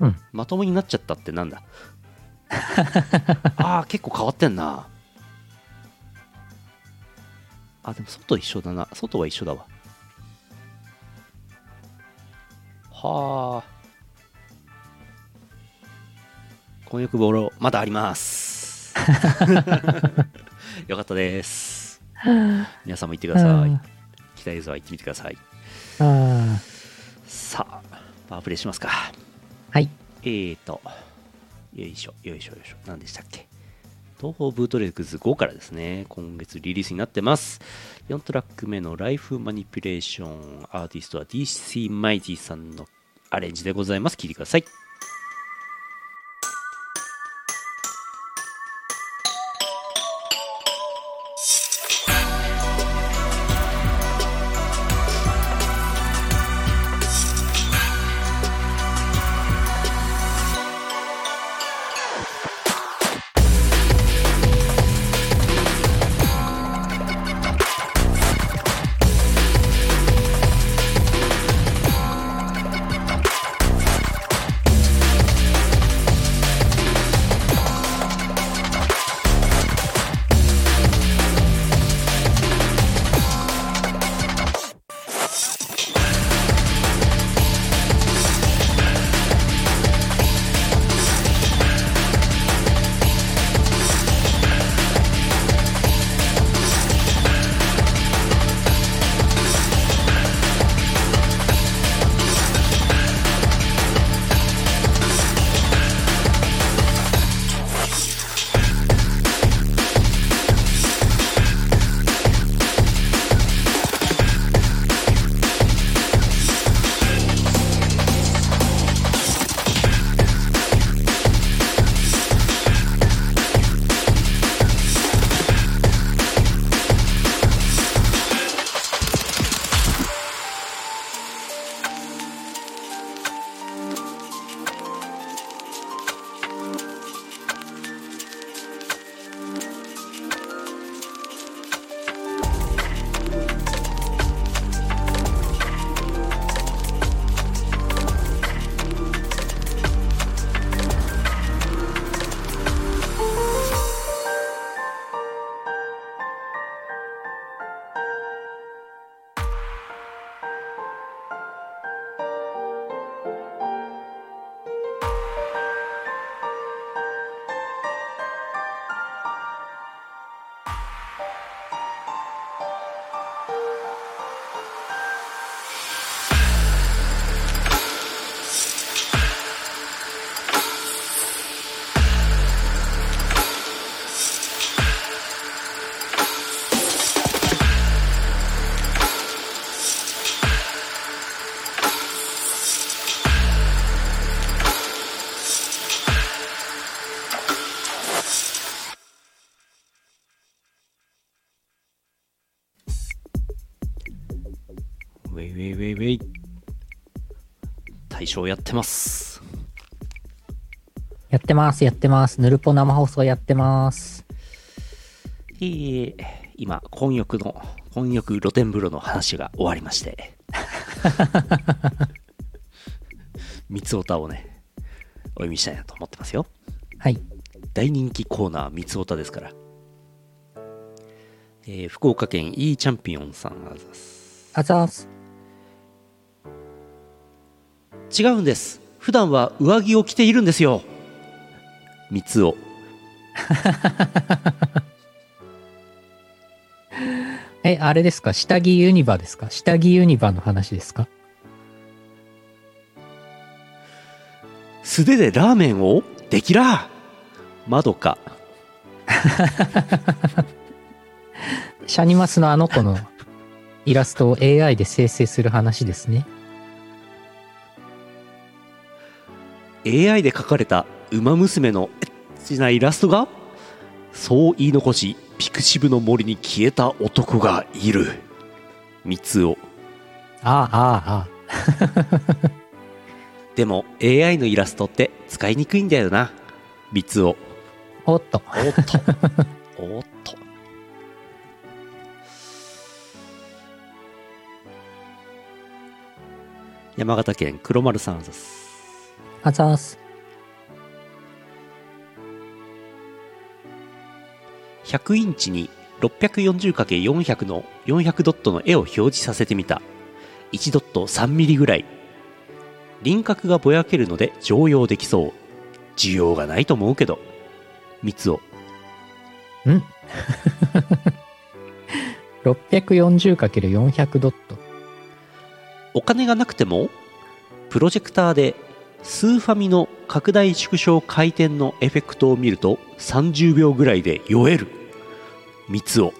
うん
まともになっちゃったって なんだああ結構変わってんなあでも外一緒だな外は一緒だわはあ婚約ボロまだありますよかったです皆さんも行ってください北湯沢行ってみてください
ああ、
さあパワープレイしますか
はい。
えーとよいしょよいしょよいしょ何でしたっけ東方ブートレックス5からですね今月リリースになってます4トラック目の「ライフマニピュレーション」アーティストは DC マイティさんのアレンジでございます聴いてくださいウェイウェイウェイウェイ大賞やってます
やってます、やってます。ぬるぽ生放送やってます。
えー今混浴の混浴露天風呂の話が終わりまして 三つおたをねお読みしたいなと思ってますよ
はい。
大人気コーナー三つおたですから、えー福岡県 E チャンピオンさんあざっす
あざーす。
違うんです普段は上着を着ているんですよ三つお
え、あれですか下着ユニバですか下着ユニバの話ですか
素手でラーメンをできらまどか
シャニマスのあの子のイラストを AI で生成する話ですね。
AI で描かれた馬娘のエッチなイラストがそう言い残しピクシブの森に消えた男がいる三つを
ああ、ああ、ああ。
でも AI のイラストって使いにくいんだよな三つを
おっと。
おっとおっと山形県黒丸さんです
あざーす。
100インチに 640×400 の400ドットの絵を表示させてみた1ドット3ミリぐらい輪郭がぼやけるので常用できそう需要がないと思うけど三つを
ん 640×400 ドット。
お金がなくてもプロジェクターでスーファミの拡大縮小回転のエフェクトを見ると30秒ぐらいで酔える三つを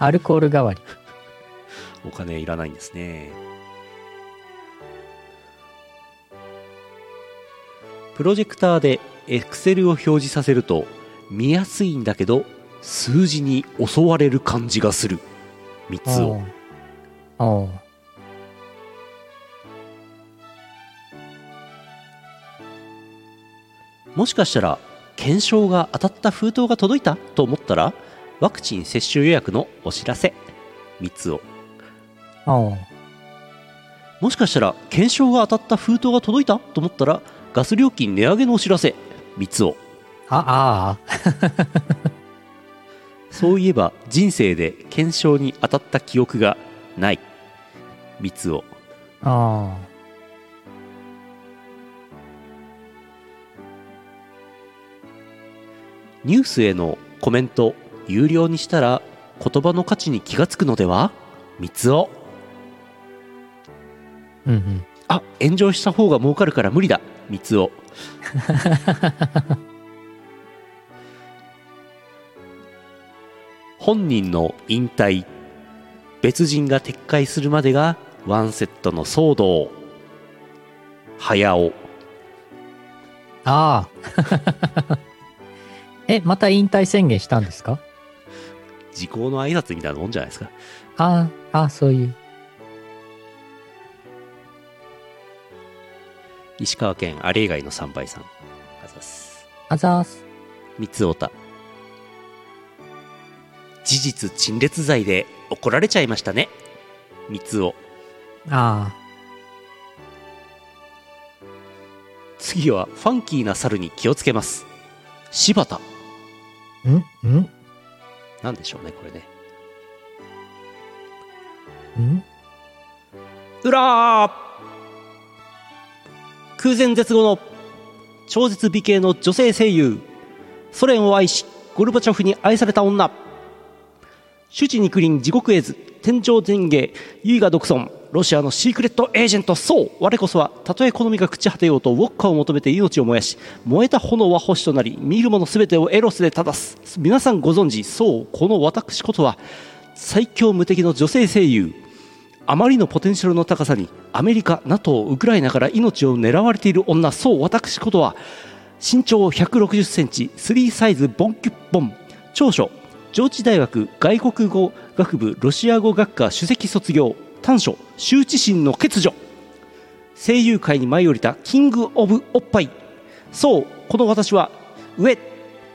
アルコール代わり。
お金いらないんですねプロジェクターで Excel を表示させると見やすいんだけど数字に襲われる感じがする三つを
おうおう
もしかしたら検証が当たった封筒が届いたと思ったらワクチン接種予約のお知らせ三つを
おう
もしかしたら検証が当たった封筒が届いたと思ったらガス料金値上げのお知らせ三つを
あ、ああ。
そういえば人生で検証に当たった記憶がない三つを
ああ。
ニュースへのコメント有料にしたら言葉の価値に気がつくのでは三つを
うんうん。
あ炎上した方が儲かるから無理だ三つを本人の引退別人が撤回するまでがワンセットの騒動早尾
ああ。 え、また引退宣言したんですか
時効の挨拶みたいなもんじゃないですか
ああ、ああ、そういう。
石川県あれ以外の3倍さんあざっす
あざーす。
三つおた事実陳列罪で怒られちゃいましたね三つお
あ
次はファンキーな猿に気をつけます柴田
あ。んん
なんでしょうねこれね
ん
うらー空前絶後の超絶美形の女性声優ソ連を愛しゴルバチョフに愛された女主治肉林地獄絵図天井前芸優雅独尊ロシアのシークレットエージェントそう我こそはたとえ好みが朽ち果てようとウォッカを求めて命を燃やし燃えた炎は星となり見るもの全てをエロスで正す皆さんご存知そうこの私ことは最強無敵の女性声優あまりのポテンシャルの高さにアメリカ、NATO、ウクライナから命を狙われている女、そう私ことは身長160センチ、3サイズボンキュッボン、長所、上智大学外国語学部ロシア語学科首席卒業、短所、羞恥心の欠如、声優界に舞い降りたキング・オブ・おっぱい、そう、この私はウェ、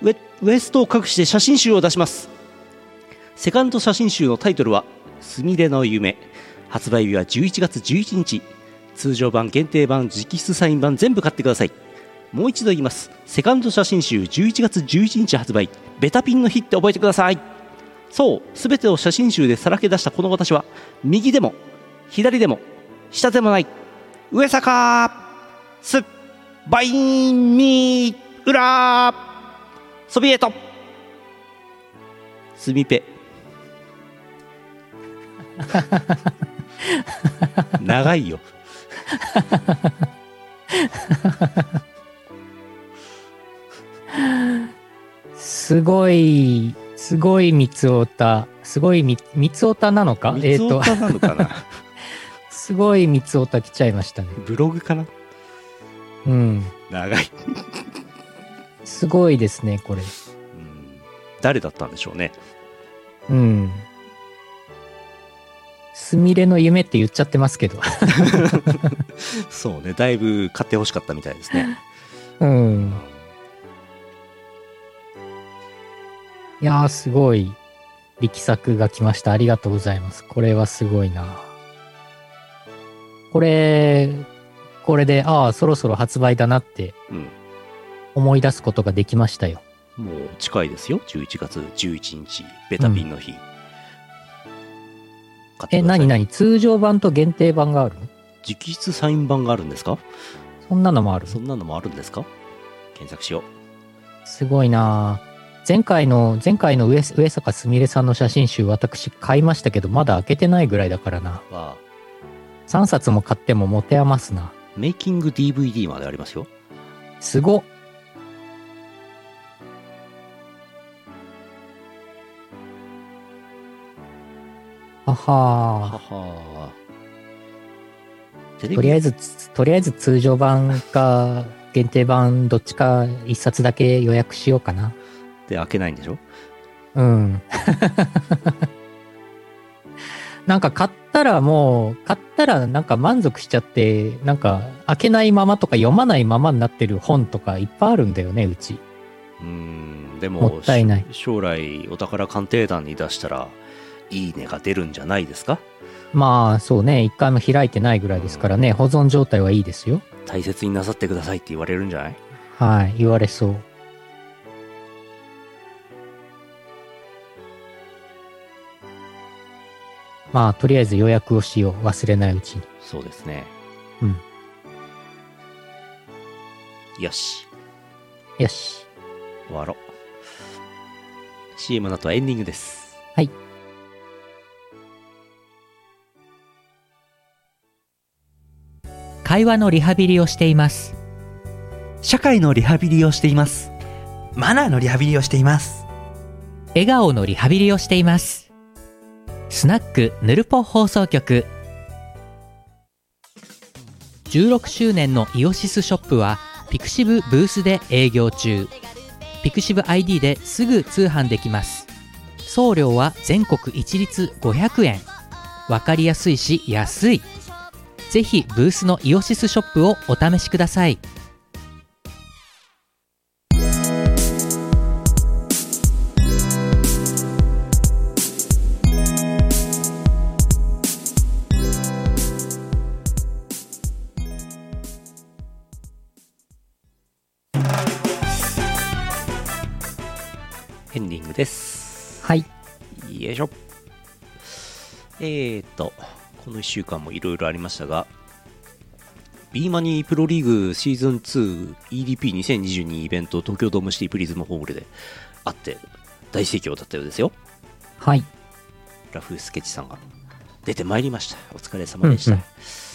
ウェ、ウエストを隠して写真集を出します。セカンド写真集のタイトルは「すみれの夢」発売日は11月11日通常版限定版直筆サイン版全部買ってくださいもう一度言いますセカンド写真集11月11日発売ベタピンの日って覚えてくださいそうすべてを写真集でさらけ出したこの私は右でも左でも下でもない上坂すバインミー裏ソビエトスミペ長いよ
すごい、すごい三つおた。すごいみ三つおたなのかえっ、
水
と、
岡なのかな
すごい三つおた来ちゃいましたね。
ブログかな
うん。
長い、
すごいですね、これ。
うん誰だったんでしょうね。
うん。すみれの夢って言っちゃってますけど。
そうね、だいぶ買ってほしかったみたいですね。
うん。いやー、すごい力作が来ました。ありがとうございます。これはすごいな。これ、これで、ああ、そろそろ発売だなって
うん。
思い出すことができましたよ。
もう近いですよ。11月11日、ベタピンの日。買って
え、
くださ
な
い
になに通常版と限定版があるの
直筆サイン版があるんですか
そんなのもある
そんなのもあるんですか検索しよ
すごいなあ前回の、前回の上上坂すみれさんの写真集、私買いましたけど、まだ開けてないぐらいだからな。
う。は、
3冊も買っても持て余すな。
メイキング DVD までありますよ。
すごっはは
ははテレ
とりあ
ビ
えずつ、とりあえず通常版か限定版どっちか一冊だけ予約しようかな。
って開けないんでしょ
うん。 なんか買ったらもう、買ったらなんか満足しちゃって、なんか開けないままとか読まないままになってる本とかいっぱいあるんだよね、うち。
うーん、でも、
もったいない
し将来、お宝鑑定団に出したら、いいねが出るんじゃないですか
まあそうね、一回も開いてないぐらいですからね、保存状態はいいですよ。
大切になさってくださいって言われるんじゃない
はい、言われそう。まあとりあえず予約をしよう、忘れないうちに。
そうですね。
うん。
よし、
よし。
終わろう。CM の後はエンディングです。
はい。
会話のリハビリをしています
社会のリハビリをしていますマナーのリハビリをしています
笑顔のリハビリをしていますスナックぬるぽ放送局16周年のイオシスショップはピクシブブースで営業中ピクシブ ID ですぐ通販できます送料は全国一律500円わかりやすいし安いぜひブースのイオシスショップをお試しください
エンディングです。
はい。
よいしょ。えーと、この1週間もいろいろありましたが、B マニープロリーグシーズン 2EDP2022 イベント東京ドームシティプリズムホールであって大盛況だったようですよ。
はい。
ラフスケッチさんが出てまいりました。お疲れ様でした。
うんうん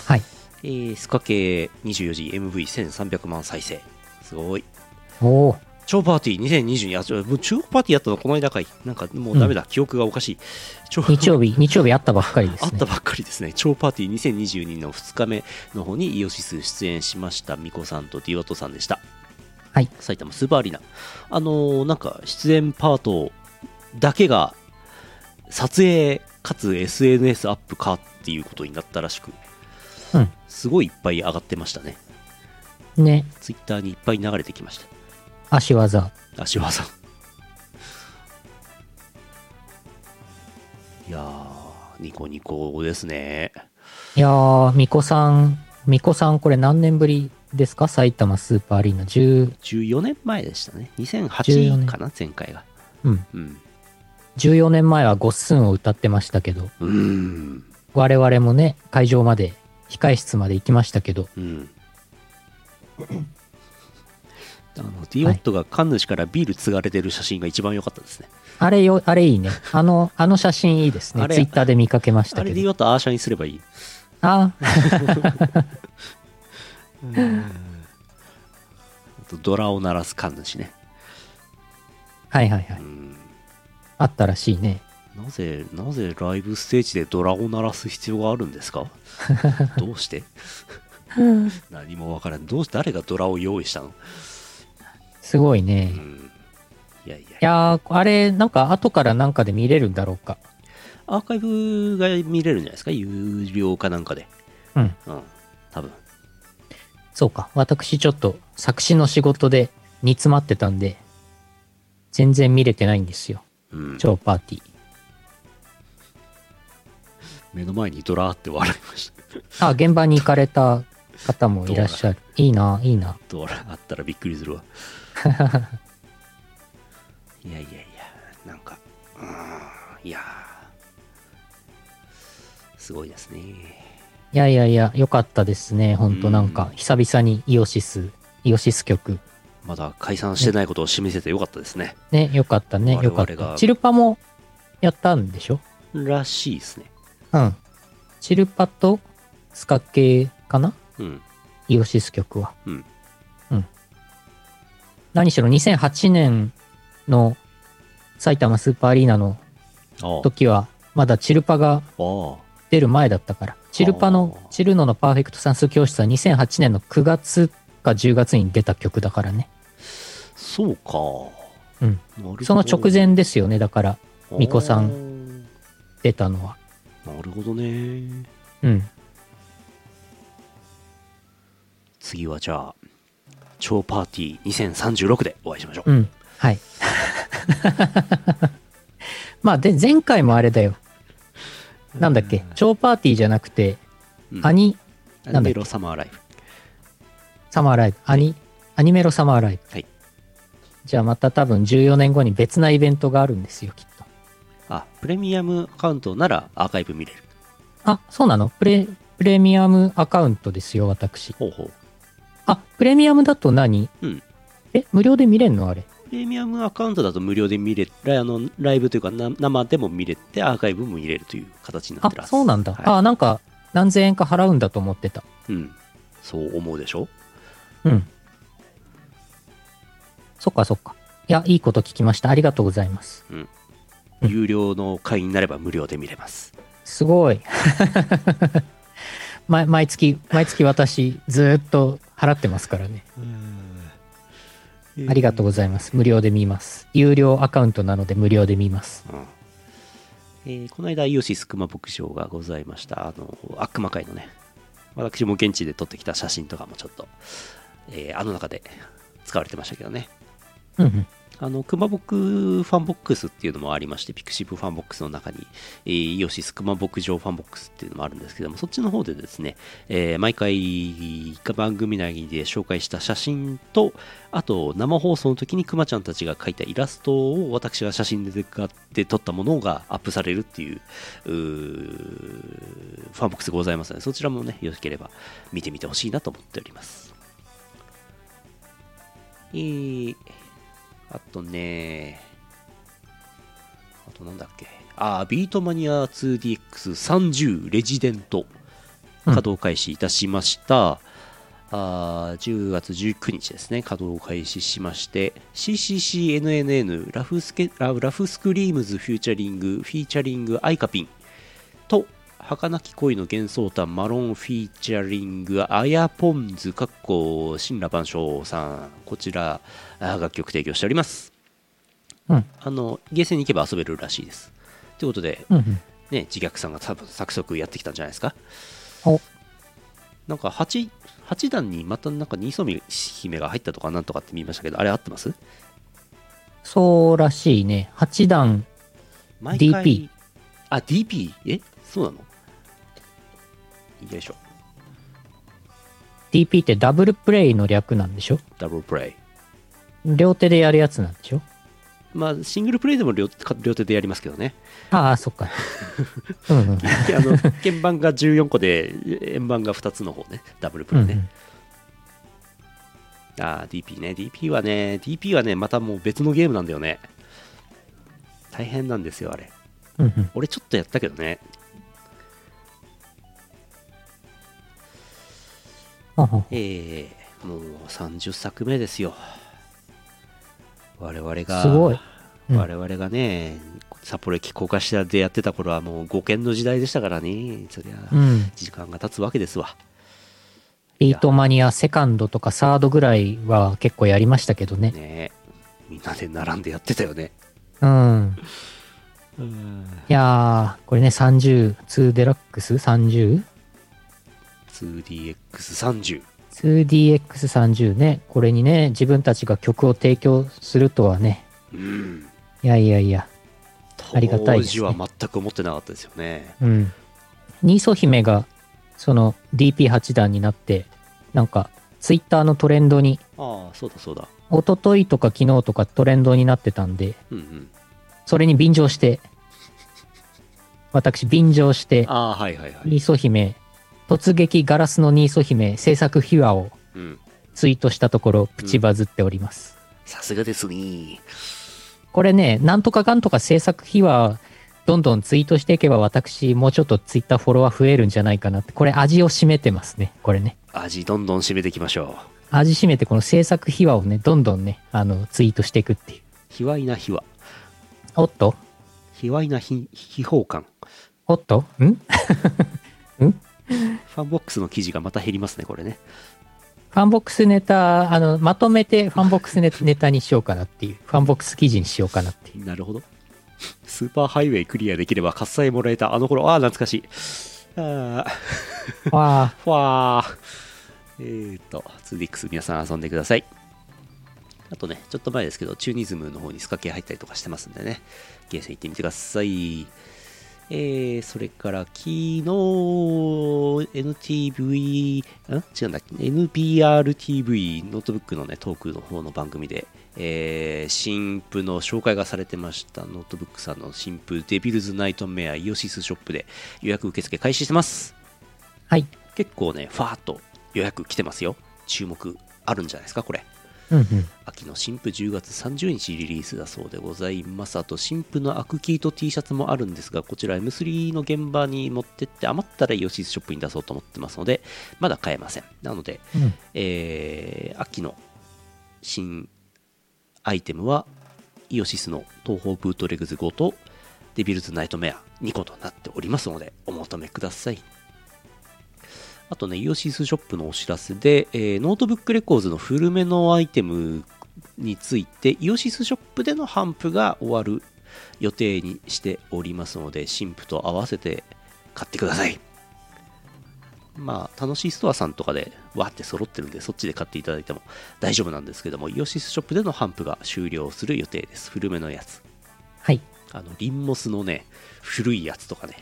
はい。
えースカ系24時 MV1300 万再生。すごい。
おー
超パーティー2022、あ、ちょもう中国パーティーやったのこの間かい。なんかもうダメだ、記憶がおかしい。超
日曜日、日曜日あったばっかりです
あ
ね。
ったばっかりですね。超パーティー2022の2日目の方にイオシス出演しました。ミコさんとディワトさんでした。
はい。
埼玉スーパーアリーナ。あのーなんか出演パートだけが撮影かつ SNS アップかっていうことになったらしく、
うん
すごいいっぱい上がってましたね。
ね、
ツイッターにいっぱい流れてきました。
足技。
足技いやーニコニコですね
いやー、巫女さん、巫女さんこれ何年ぶりですか埼玉スーパーアリーナ10、
14年前でしたね
14
2008
年
かな前回が
うん。
うん
14年前はゴッスンを歌ってましたけど、
うーん
我々もね、会場まで、控室まで行きましたけど、
うんあのディオットが神主からビール継がれてる写真が一番良かったですね、
あれよ、あれいいね。あの、あの写真いいですね
あ。れ
ツイッターで見かけました
あれ
け
ディ
ど。
オットアーシャにすればいい
あー
うんあとドラを鳴らす神主ね、
はいはいは
う
い。
ん、
あったらしいね。
なぜなぜライブステージでドラを鳴らす必要があるんです かどうして 何もわからんどうし誰がドラを用意したの、
すごいうね。
ん、いやいや
いやー、あれ、なんか後からなんかで見れるんだろうか。
アーカイブが見れるんじゃないですか有料かなんかで
うん、
うん、多分
そうか。私ちょっと作詞の仕事で煮詰まってたんで、全然見れてないんですよ。
うん、
超パーティー。
目の前にドラーって笑いました
あ、現場に行かれた方もいらっしゃる。いいな、いいな。
ドラあったらびっくりす るわいやいやいやなんかうーんいやーすごいですね
いやいやいや、良かったですね。ほんとなんか、久々にイオシス、イオシス曲。
まだ解散してないことを示せてよかったですね
ね、良かったね。
我
良
々
か
が
った。チルパもやったんでしょ
らしいですね
うん。チルパとスカ系かな
うん
イオシス曲は。
うん。
うん。何しろ2008年の埼玉スーパーアリーナの
ああ
時は、まだチルパが
あ
出る前だったから、チルパの
あ、ー
チルノのパーフェクト算数教室は2008年の9月か10月に出た曲だからね。
あそうか
うん
なるほど
その直前ですよね、だから巫女さん
あー
出たのは。
なるほどね
うん。
次はじゃあ超パーティー2036でお会いしましょう、
うん。はい。 まあ、で、前回もあれだよ。なんだっけ、超パーティーじゃなくて、
うん
アニ、
ア
んだ
ニ
っけ
メロサマーライブ
サマーライブ、アニ、アニメロサマーライブ。
はい
じゃあまた多分14年後に別なイベントがあるんですよ、きっと。
あプレミアムアカウントならアーカイブ見れる
あ、そうなのプレ、プレミアムアカウントですよ、私。
ほうほう
あ、プレミアムだと何
うん
え、無料で見れんのあれ。
プレミアムアカウントだと無料で見れラあのライブというかな生でも見れてアーカイブも見れるという形になってる
あ、
はず
そうなんだ。
はい
あ、なんか、何千円か払うんだと思ってた。
うんそう思うでしょ
うん。そっかそっか。いや、いいこと聞きました。ありがとうございます。うん
有料の会員になれば無料で見れます
すごい。 毎毎月、毎月私、ずーっと払ってますからね。ありがとうございます。無料で見ます。有料アカウントなので無料で見ます。
うんえーこの間イオシスクマ牧場がございましたあの悪魔界のね私も現地で撮ってきた写真とかもちょっと、えーあの中で使われてましたけどね
うんうん。
あの、熊牧ファンボックスっていうのもありまして、ピクシブファンボックスの中に、えーイオシス熊牧場ファンボックスっていうのもあるんですけども、そっちの方でですね、えー毎回番組内で紹介した写真と、あと生放送の時に熊ちゃんたちが描いたイラストを私が写真で買って撮ったものがアップされるっていう、うーファンボックスございますので、そちらもね、よろしければ見てみてほしいなと思っております。えーあとね、あとなんだっけ。あー、ビートマニア 2DX30 レジデント
うん
稼働開始いたしました。あー10月19日ですね、稼働開始しまして、CCCNNN ラフスケあラフスクリームズフューチャリング、フィーチャリングアイカピンと、儚き恋の幻想譚マロンフィーチャリングアヤポンズかっこ神羅万象さんこちらあ楽曲提供しております
うん
あのゲーセンに行けば遊べるらしいですということで
うんうん。
ね自虐さんが多分早速やってきたんじゃないですか
お
なんか 8, 8段にまたなんかニソミ姫が入ったとかなんとかって見ましたけどあれ合ってます
そうらしいね。8段、
毎
DP
あ DP えそうなのよいしょ
DP ってダブルプレイの略なんでしょ
ダブルプレイ
両手でやるやつなんでしょ
まあシングルプレイでも両か両手でやりますけどね
ああ、そっか。うんうん。
であの鍵盤が14個で円盤が2つの方ねダブルプ
うん
レ
う
イ
ん
ね、ああ DP ね DP はね DP はねまたもう別のゲームなんだよね大変なんですよあれ
うんうん
俺ちょっとやったけどね
ほんほん
えー、もう30作目ですよ。我々が、
すごい。うん
我々がね、札幌駅高架下でやってた頃はもう5軒の時代でしたからね、そりゃ、
うん。
時間が経つわけですわ。
ビートマニアセカンドとかサードぐらいは結構やりましたけどね。
ねみんなで並んでやってたよね。
うん。いやー、これね、30、2デラックス 30?2DX30
2DX30。
ね。これにね、自分たちが曲を提供するとはね。
うん。
いやいやいや。ありがたい
当
です
時
ね
は全く思ってなかったですよね。
うん。ニーソ姫が、その DP8 段になって、なんか、ツイッターのトレンドに、
ああ、そうだそうだ。
一昨日とか昨日とかトレンドになってたんで、
うんうん。
それに便乗して、私便乗して、
ああ、はいはいはい。
ニーソ姫、突撃ガラスのニーソ姫制作秘話を
うん。
ツイートしたところ、プチバズっております。
さすがですね。
これね、なんとかかんとか制作秘話、どんどんツイートしていけば私、もうちょっとツイッターフォロワー増えるんじゃないかなって、これ味を占めてますね、これね。
味どんどん締めていきましょう。
味しめてこの制作秘話をね、どんどんね、あの、ツイートしていくっていう。
卑猥な卑は。
おっと
卑猥なひ秘宝感。
おっとんフ
ファンボックスの記事がまた減りますね、これね。
ァンボックスネタ、あの、まとめてファンボックスネネタにしようかなっていう。ファンボックス記事にしようかなっていう。
なるほど。スーパーハイウェイクリアできれば喝采もらえたあの頃、ああ、懐かしい。ああ、
わあ、
ふわー。えーと、2DX 皆さん遊んでください。あとね、ちょっと前ですけど、チューニズムの方にスカ系入ったりとかしてますんでね、ゲーセン行ってみてください。えー、それから、昨日、NTV、ん違うんだっけ、NBRTV、ノートブックのね、トークの方の番組で、えー、新婦の紹介がされてました、ノートブックさんの新婦、デビルズナイトメアイオシスショップで予約受付開始してます。
はい。
結構ね、ファーっと予約来てますよ。注目あるんじゃないですか、これ。
うんうん。
秋の新婦10月30日リリースだそうでございます。あと、新婦のアクキート T シャツもあるんですが、こちら M3 の現場に持ってって余ったらイオシスショップに出そうと思ってますので、まだ買えません。なので、
うん
えー秋の新アイテムは、イオシスの東方ブートレグズ5と、デビルズナイトメア2個となっておりますので、お求めください。あとね、イオシスショップのお知らせで、えーノートブックレコーズの古めのアイテムについて、イオシスショップでの販布が終わる予定にしておりますので、新婦と合わせて買ってください。まあ、楽しいストアさんとかでわーって揃ってるんで、そっちで買っていただいても大丈夫なんですけども、イオシスショップでの販布が終了する予定です。古めのやつ。
はい。
あの、リンモスのね、古いやつとかね、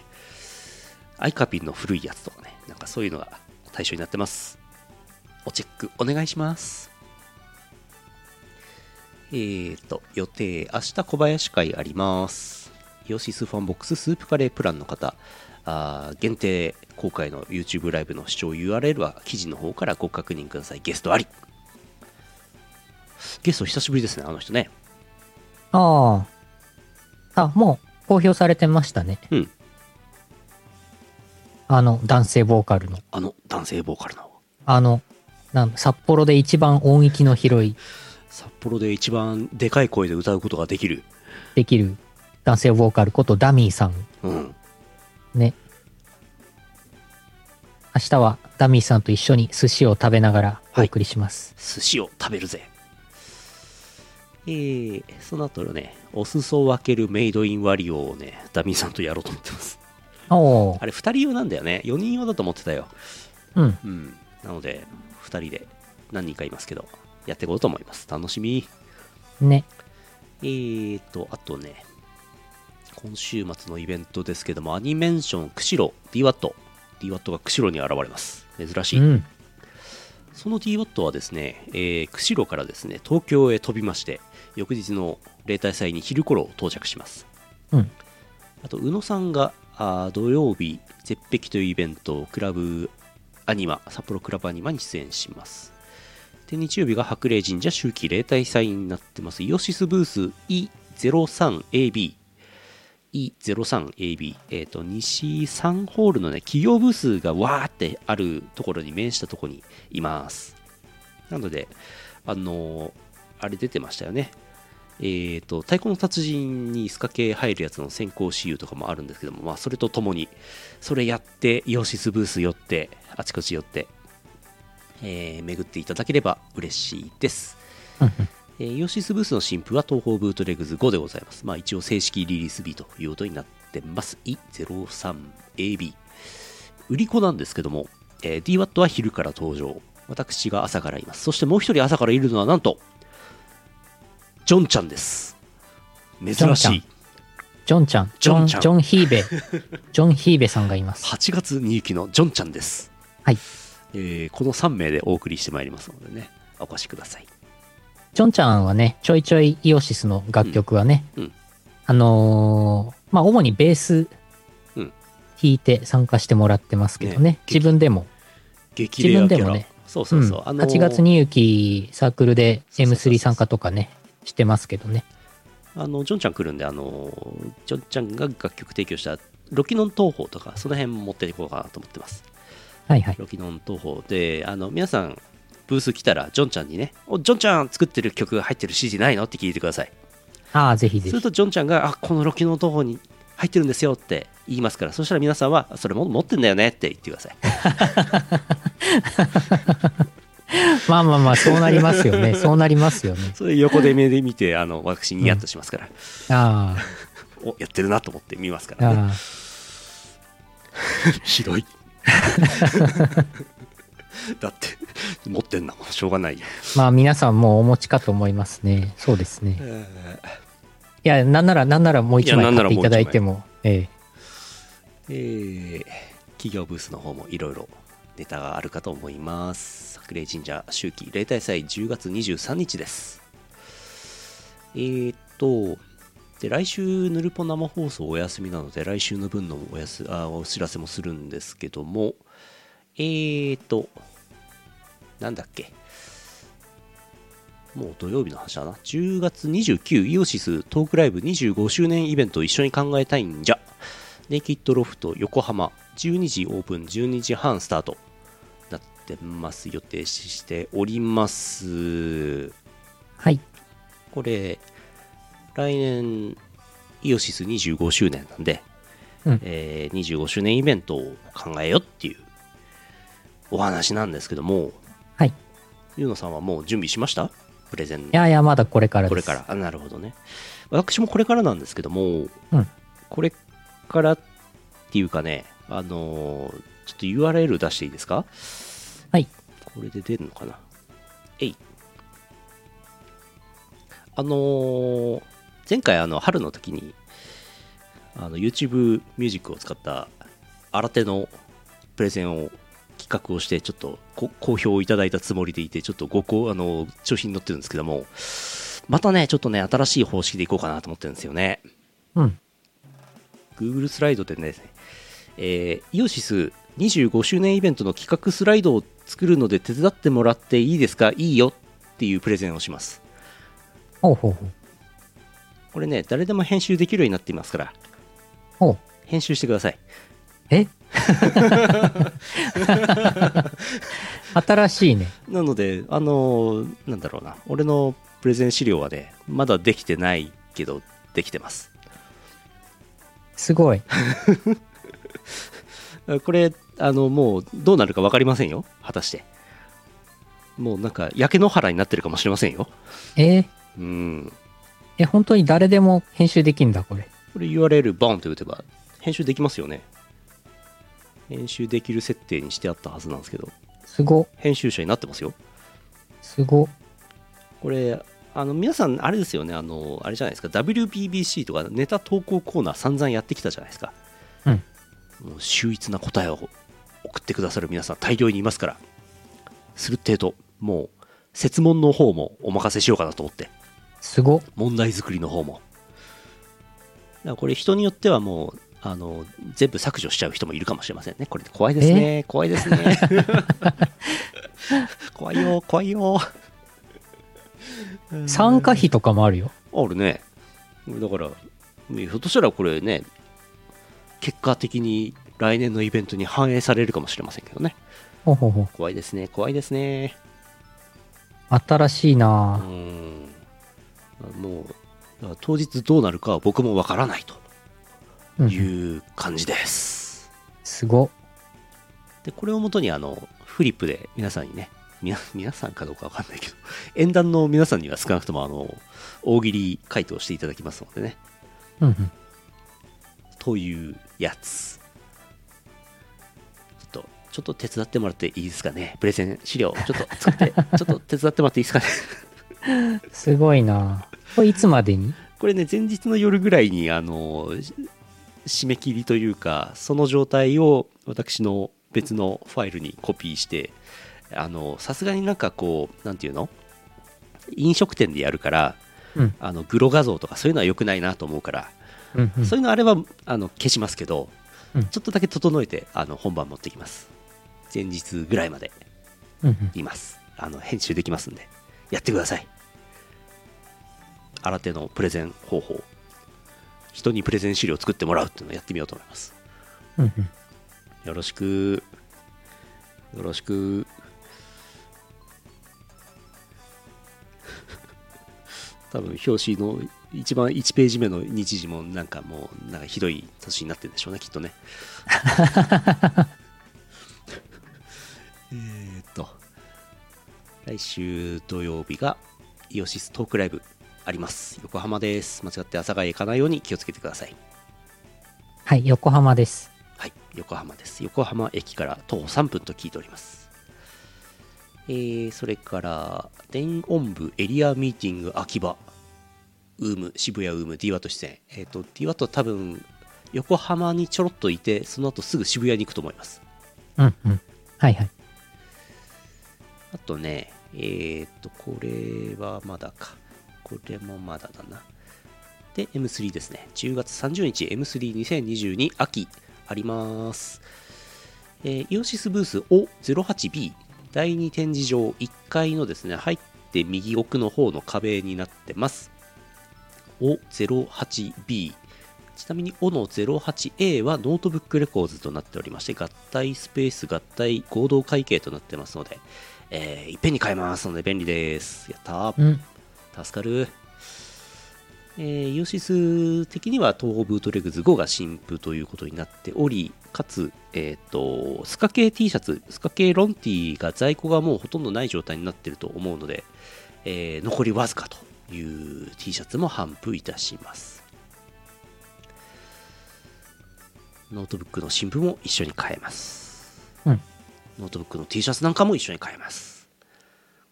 アイカピンの古いやつとかね、なんかそういうのが対象になってます。おチェックお願いします。えーと、予定、明日小林会あります。イオシスファンボックススープカレープランの方、あー限定公開の YouTube ライブの視聴 URL は記事の方からご確認ください。ゲストあり。ゲスト久しぶりですね、あの人ね。
ああ。あ、もう公表されてましたね。
うん。
あの、男性ボーカルの。
あの男性ボーカルの。
あの、なん札幌で一番音域の広い、
札幌で一番でかい声で歌うことができる。
できる男性ボーカルことダミーさん。
うん。
ね。明日はダミーさんと一緒に寿司を食べながらお送りします。
寿司を食べるぜ。えー、その後のね、お裾を分けるメイドインワリオをね、ダミーさんとやろうと思ってます。
おー
あれ、2人用なんだよね。4人用だと思ってたよ。
うん。
うん。なので、2人で何人かいますけど、やっていこうと思います。楽しみ。
ね。
えーと、あとね、今週末のイベントですけども、アニメンション、釧路、DWAT。DWAT が釧路に現れます。珍し
う
い。
ん。
その DWAT はですね、えー釧路からですね、東京へ飛びまして、翌日の例大祭に昼頃到着します。
うん
あと、宇野さんがあー土曜日、絶壁というイベントをクラブアニマ、札幌クラブアニマに出演します。で、日曜日が白麗神社秋季例大祭になってます。イオシスブース E03AB。 E03AB、えー、と西3ホールの、ね、企業ブースがわーってあるところに面したところにいます。なので、あのーあれ出てましたよね。えっ、と、太鼓の達人にスカ系入るやつの先行 CU とかもあるんですけども、まあ、それとともに、それやって、イオシスブース寄って、あちこち寄って、えー巡っていただければ嬉しいです。えーイオシスブースの新譜は東方ブートレグズ5でございます。まあ一応正式リリース日ということになってます。E03AB。売り子なんですけども、えー DWAT は昼から登場。私が朝からいます。そしてもう一人朝からいるのはなんと、ジョンちゃんです。珍しい。
ジョンちゃん、
ジ
ジ
ョ
ョ
ン
ン、
ち
ジ
ゃん
ョンヒーベ、ジョンヒーベさんがいます。
8月入期のジョンちゃんです。
はい。
えーこの3名でお送りしてまいりますのでね、お越しください。
ジョンちゃんはね、ちょいちょいイオシスの楽曲はね、
うんうん
あのーまあ、主にベース
うん
弾いて参加してもらってますけどね、
ね
自分でも、
激レアキャラ
自分でもね。
そうそうそう。
うん
あのー
8月に行きサークルで
そうそうそうそう
M3 参加とかね、してますけどね。
あのジョンちゃん来るんで、あのジョンちゃんが楽曲提供したロキノン東宝とか、その辺持っていこうかなと思ってます。
はいはい。
ロキノン東宝で、あの皆さん、ブース来たら、ジョンちゃんにね、おジョンちゃん作ってる曲が入ってる CD ないのって聞いてください。
ああ、ぜひぜ
する
ひ。
と、ジョンちゃんが、あこのロキノン東宝に入ってるんですよって言いますから、そしたら皆さんは、それも持ってんだよねって言ってください。
まあまあまあ、そうなりま すよね。そうなりますよね。
それ横で目で見て、あ の私、ニヤッとしますから、
あ
おやってるなと思って見ますか
あ、
らね。
ああ、
ひどい。 だって、持ってんなもん、しょうがないよ。
まあ皆さんもうお持ちかと思いますね。そうですね。
えー
いや、なんなら、なんならもう一
い
枚
やなんな
買
ら
っ
もう一
て
枚
いただいても、ええ
えー企業ブースの方もいろいろネタがあるかと思います。桜井神社秋季例大祭10月23日です。えー、っと、で来週、ヌルポ生放送お休みなので、来週の分のおやすあお知らせもするんですけども、えー、っと、なんだっけ、もう土曜日の話だな、10月29、イオシストークライブ25周年イベントを一緒に考えたいんじゃ。ネイキッドロフト横浜12時オープン12時半スタートなってます予定しております
はい。
これ来年イオシス25周年なんで、
うん
えー25周年イベントを考えようっていうお話なんですけども
はい
ゆうのさんはもう準備しましたプレゼン
いやいや、まだこれからです。
これから。あなるほどね私もこれからなんですけども、
うん
これからっていうかねあのーちょっと URL 出していいですか
はい
これで出るのかなえいあのー前回あの春の時にあの YouTube ミュージックを使った新手のプレゼンを企画をしてちょっとこ好評をいただいたつもりでいてちょっとごこあの調子に乗ってるんですけどもまたねちょっとね新しい方式でいこうかなと思ってるんですよね
うん。
Google スライドでね、えーイオシス25周年イベントの企画スライドを作るので手伝ってもらっていいですかいいよっていうプレゼンをします
ほうほうほう。
これね誰でも編集できるようになっていますから
ほう。
編集してください
え 新しいね。
なので、あのーなんだろうな、俺のプレゼン資料はね、まだできてないけど、できてます。
すごい。
これ、あの、もう、どうなるか分かりませんよ、果たして。もうなんか、焼け野原になってるかもしれませんよ。
えー
うん。
え、本当に誰でも編集できんだ、これ。
これ URL バーンと打てば、編集できますよね。編集できる設定にしてあったはずなんですけど、
すご、
編集者になってますよ。
すご。
これ、あの、皆さん、あれですよね、あの、あれじゃないですか、WBBC とかネタ投稿コーナー散々やってきたじゃないですか。
うん
もう秀逸な答えを送ってくださる皆さん大量にいますから、する程度、もう、設問の方もお任せしようかなと思って、
すご。
問題作りの方も。だからこれ、人によってはもう、あの全部削除しちゃう人もいるかもしれませんね。これ怖いですね。怖いですね。 怖いよ、怖いよ。
参加費とかもあるよ。
あるね。だから、ひょっとしたらこれね、結果的に来年のイベントに反映されるかもしれませんけどね。
ほうほうほう。
怖いですね、怖いですね。
新しいうなぁ
ん。もう、だから当日どうなるかは僕もわからない
う
と
ん
いう感じです。
すご。
で、これをもとに、あの、フリップで皆さんにね、みな 皆さんかどうかわかんないけど、 演談の皆さんには少なくとも、あの、大喜利回答していただきますのでね。
うんうん。
というやつちょっとちょっと手伝ってもらっていいですかねプレゼン資料ちょっと作ってちょっと手伝ってもらっていいですかね
すごいなぁこれいつまでに
これね前日の夜ぐらいにあのし締め切りというかその状態を私の別のファイルにコピーしてあのさすがになんかこうなんていうの飲食店でやるから、
うん
あのグロ画像とかそういうのは良くないなと思うから
うんうん。
そういうのあればあの消しますけど、
うん
ちょっとだけ整えてあの本番持ってきます。前日ぐらいまで
うんうん
います。あの編集できますんで、やってください。新手のプレゼン方法、人にプレゼン資料を作ってもらうっていうのをやってみようと思います。
うんうん。
よろしく。よろしく。 多分表紙の一番1ページ目の日時もなんかもうなんかひどい年になってるんでしょうねきっとねえーっと来週土曜日がイオシストークライブあります横浜です間違って朝が行かないように気をつけてください
はい、横浜です。
はい、横浜です。横浜駅から徒歩3分と聞いております。えー、それから、電音部エリアミーティング秋葉、ウーム、渋谷ウーム、DWAT 出演。えっ、と、DWAT は多分、横浜にちょろっといて、その後すぐ渋谷に行くと思います。
うんうん。はいはい。
あとね、えー、っと、これはまだか。これもまだだな。で、M3 ですね。10月30日、M32022 秋あります。えーイオシスブース O08B 第2展示場1階のですね、入って右奥の方の壁になってます。O08B ちなみに O の 08A はノートブックレコーズとなっておりまして、合体スペース合体合同会計となってますので、えーいっぺんに買えますので便利です。やったー。
うん。
助かる。えーイオシス的には東方ブートレグズ5が新譜ということになっており、かつ、えっ、と、スカ系 T シャツ、スカ系ロンティが在庫がもうほとんどない状態になっていると思うので、えー残りわずかという T シャツも販布いたします。ノートブックの新聞も一緒に買えます。
うん
ノートブックの T シャツなんかも一緒に買えます。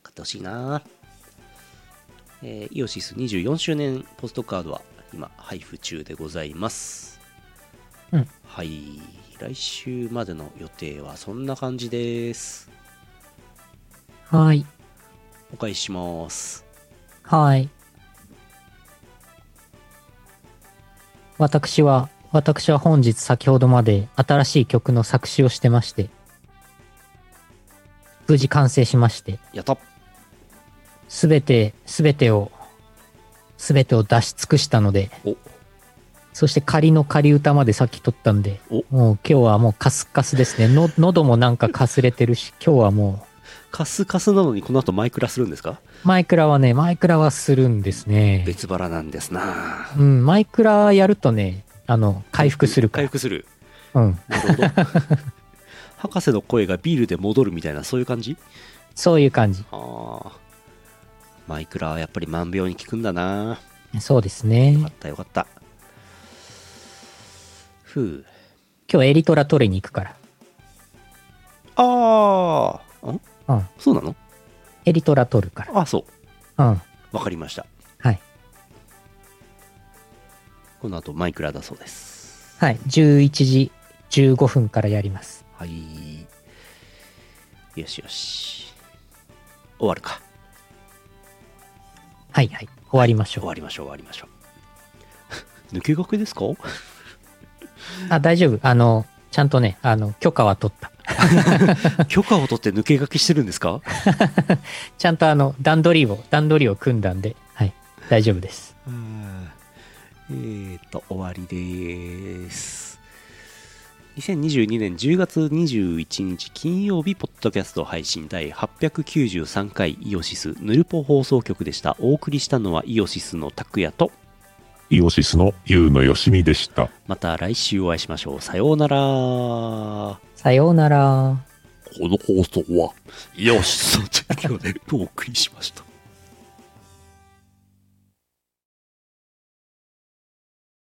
買ってほしいなえーイオシス24周年ポストカードは今配布中でございます。
うん
はい。来週までの予定はそんな感じです。
はーい。
お返しします。
はーい。私は、私は本日先ほどまで新しい曲の作詞をしてまして、無事完成しまして、
やった
すべて、すべてを、すべてを出し尽くしたので、
お
そして仮の仮歌までさっき撮ったんで、
お
もう今日はもうカスカスですね。の、喉もなんかかすれてるし、今日はも
カスカスなのにこの後マイクラするんですか
う、マイクラはね、マイクラはするんですね。
別腹なんですな
うん、マイクラやるとね、あの、回復するか
回
ら。
復する。
うん。
なるほど。 博士の声がビールで戻るみたいな、そういう感じ
そういう感じ。
ああ。マイクラはやっぱり万病に効くんだな
そうですね
よか。ったよかった。ふう。
今日エリトラ取りに行くから。
ああ。ん
うん
そうなの
エリトラ取るか
あそう。
ら。うん。
わかりました。
はい。
この後、マイクラだそうです。
はい。11時15分からやります。
はい。よしよし。終わるか。
はいはい。終わりまし
終
ょう。
わりましょう、終わりましょう。抜 け駆けですか
あ、大丈夫。あの、ちゃんとね、あの、許可は取った。
許可を取って抜け駆けしてるんですか
ちゃんとあの、段取りを、段取りを組んだんで、はい。大丈夫です。
えー、っと、終わりです。2022年10月21日金曜日、ポッドキャスト配信第893回イオシスヌルポ放送局でした。お送りしたのはイオシスの拓也と、
イオシスのユウのよしみでした。
また来週お会いしましょう。さようなら。こ
さようなら。
の放送は、イオシスの提供でお送りしました。